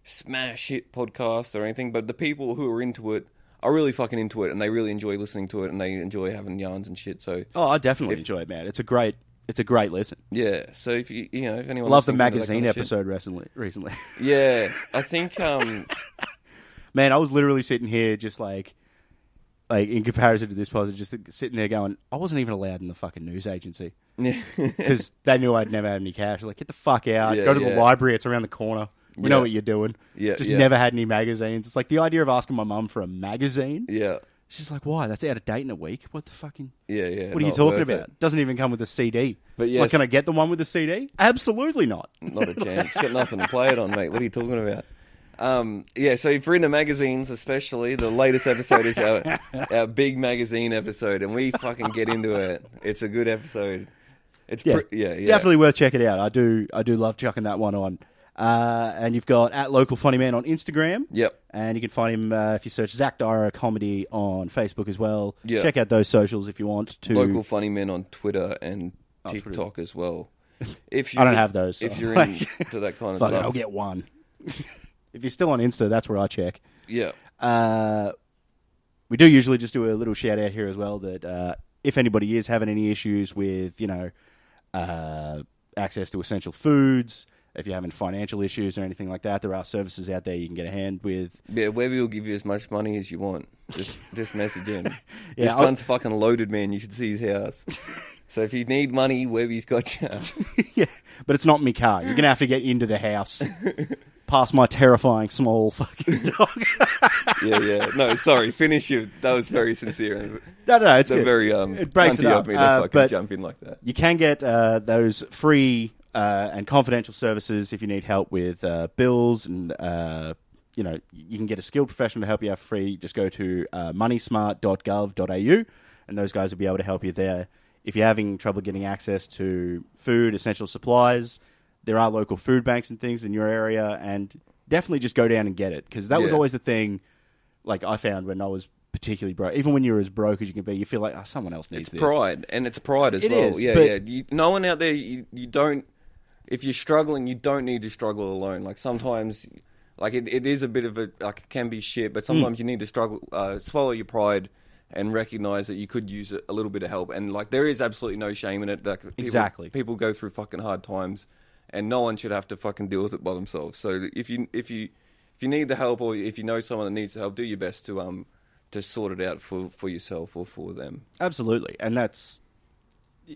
Speaker 1: smash hit podcast or anything, but the people who are into it are really fucking into it, and they really enjoy listening to it, and they enjoy having yarns and shit. So
Speaker 2: Oh, I definitely enjoy it, man. It's a great, it's a great listen.
Speaker 1: yeah, so if you you know if anyone
Speaker 2: Love the
Speaker 1: listens to that kind of
Speaker 2: magazine
Speaker 1: shit-
Speaker 2: episode recently. Recently,
Speaker 1: yeah, I think um
Speaker 2: man, I was literally sitting here just like, like in comparison to this post, just sitting there going, I wasn't even allowed in the fucking news agency because they knew I'd never had any cash. Like, get the fuck out,
Speaker 1: Yeah,
Speaker 2: go to the
Speaker 1: yeah.
Speaker 2: library. It's around the corner. We know
Speaker 1: Yeah.
Speaker 2: what you're doing.
Speaker 1: Yeah,
Speaker 2: just
Speaker 1: yeah.
Speaker 2: never had any magazines. It's like the idea of asking my mum for a magazine.
Speaker 1: yeah
Speaker 2: She's like, why? That's out of date in a week. What the fucking?
Speaker 1: yeah yeah
Speaker 2: What are you
Speaker 1: not
Speaker 2: talking
Speaker 1: worth it.
Speaker 2: about? Doesn't even come with a CD.
Speaker 1: But
Speaker 2: like,
Speaker 1: yes-
Speaker 2: can I get the one with the CD? Absolutely not.
Speaker 1: Not a chance. It's got nothing to play it on, mate. What are you talking about? Um, yeah, so if you're into magazines, especially the latest episode is our, our big magazine episode, and we fucking get into it. It's a good episode. It's
Speaker 2: yeah,
Speaker 1: yeah, pre- yeah, yeah,
Speaker 2: definitely worth checking out. I do, I do love chucking that one on. Uh, and you've got at local funny man on Instagram.
Speaker 1: Yep.
Speaker 2: And you can find him uh, if you search Zach Dyer comedy on Facebook as well.
Speaker 1: Yeah.
Speaker 2: Check out those socials if you want to.
Speaker 1: Local funny men on Twitter and
Speaker 2: Oh, Twitter.
Speaker 1: TikTok as well. If you,
Speaker 2: I don't have those, so-
Speaker 1: If you're
Speaker 2: like-
Speaker 1: into that kind of
Speaker 2: Fuck it,
Speaker 1: stuff,
Speaker 2: I'll get one. if you're still on Insta, that's where I check.
Speaker 1: yeah,
Speaker 2: Uh, we do usually just do a little shout out here as well that uh, if anybody is having any issues with you know uh, access to essential foods, if you're having financial issues or anything like that, there are services out there you can get a hand with.
Speaker 1: yeah, where we'll give you as much money as you want. Just just message in. this
Speaker 2: I'll-
Speaker 1: one's fucking loaded, man. You should see his house. So if you need money, Webby's got you.
Speaker 2: yeah, but it's not me car. You're gonna have to get into the house. Past my terrifying small fucking dog.
Speaker 1: yeah, yeah. No, sorry. Finish you. That was very sincere.
Speaker 2: no, no, no, it's
Speaker 1: It's a
Speaker 2: good.
Speaker 1: very um.
Speaker 2: it breaks it
Speaker 1: cunty
Speaker 2: up.
Speaker 1: of me to
Speaker 2: Uh,
Speaker 1: fucking
Speaker 2: but
Speaker 1: jump in like that.
Speaker 2: You can get uh, those free uh, and confidential services if you need help with uh, bills and. Uh, you know, you can get a skilled professional to help you out for free. Just go to uh, moneysmart.gov.au and those guys will be able to help you there. If you're having trouble getting access to food, essential supplies, there are local food banks and things in your area and definitely just go down and get it because that was
Speaker 1: Yeah.
Speaker 2: always the thing like I found when I was particularly broke. Even when you're as broke as you can be, you feel like, oh, someone else needs this.
Speaker 1: Pride, and it's pride as
Speaker 2: It
Speaker 1: well.
Speaker 2: is,
Speaker 1: yeah,
Speaker 2: but-
Speaker 1: yeah. You, no one out there. You, you don't. If you're struggling, you don't need to struggle alone. Like sometimes, like it, it is a bit of a like it can be shit, but sometimes
Speaker 2: Hmm.
Speaker 1: you need to struggle, uh, swallow your pride, and recognize that you could use a, a little bit of help. And like there is absolutely no shame in it. Like people,
Speaker 2: Exactly.
Speaker 1: people go through fucking hard times, and no one should have to fucking deal with it by themselves. So if you if you if you need the help, or if you know someone that needs the help, do your best to um to sort it out for for yourself or for them.
Speaker 2: Absolutely. And that's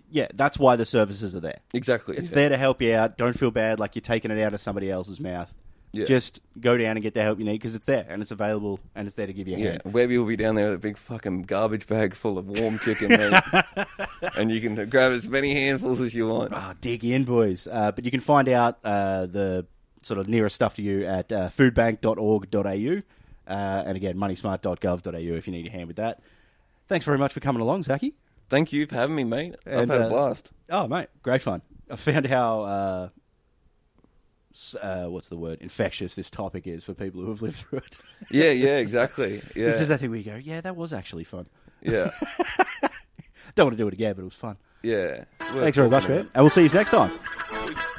Speaker 2: yeah, that's why the services are there.
Speaker 1: Exactly.
Speaker 2: It's
Speaker 1: yeah.
Speaker 2: there to help you out. Don't feel bad like you're taking it out of somebody else's mouth.
Speaker 1: Yeah.
Speaker 2: Just go down and get the help you need because it's there and it's available and it's there to give you a
Speaker 1: Yeah,
Speaker 2: hand.
Speaker 1: Webby will be down there with a big fucking garbage bag full of warm chicken, mate. and you can grab as many handfuls as you want.
Speaker 2: Ah, dig in, boys. Uh, but you can find out uh, the sort of nearest stuff to you at uh, foodbank.org.au. Uh, and again, moneysmart.gov.au if you need a hand with that. Thanks very much for coming along, Zachy.
Speaker 1: Thank you for having me, mate. I've
Speaker 2: And,
Speaker 1: had
Speaker 2: uh,
Speaker 1: a blast.
Speaker 2: Oh, mate, great fun. I found how uh, s- uh, what's the word infectious this topic is for people who have lived through it.
Speaker 1: Yeah, yeah, exactly. Yeah,
Speaker 2: This is that thing where you go, yeah, that was actually fun.
Speaker 1: yeah,
Speaker 2: Don't want to do it again, but it was fun.
Speaker 1: yeah.
Speaker 2: Thanks very much, man, and we'll see you next time.
Speaker 1: man.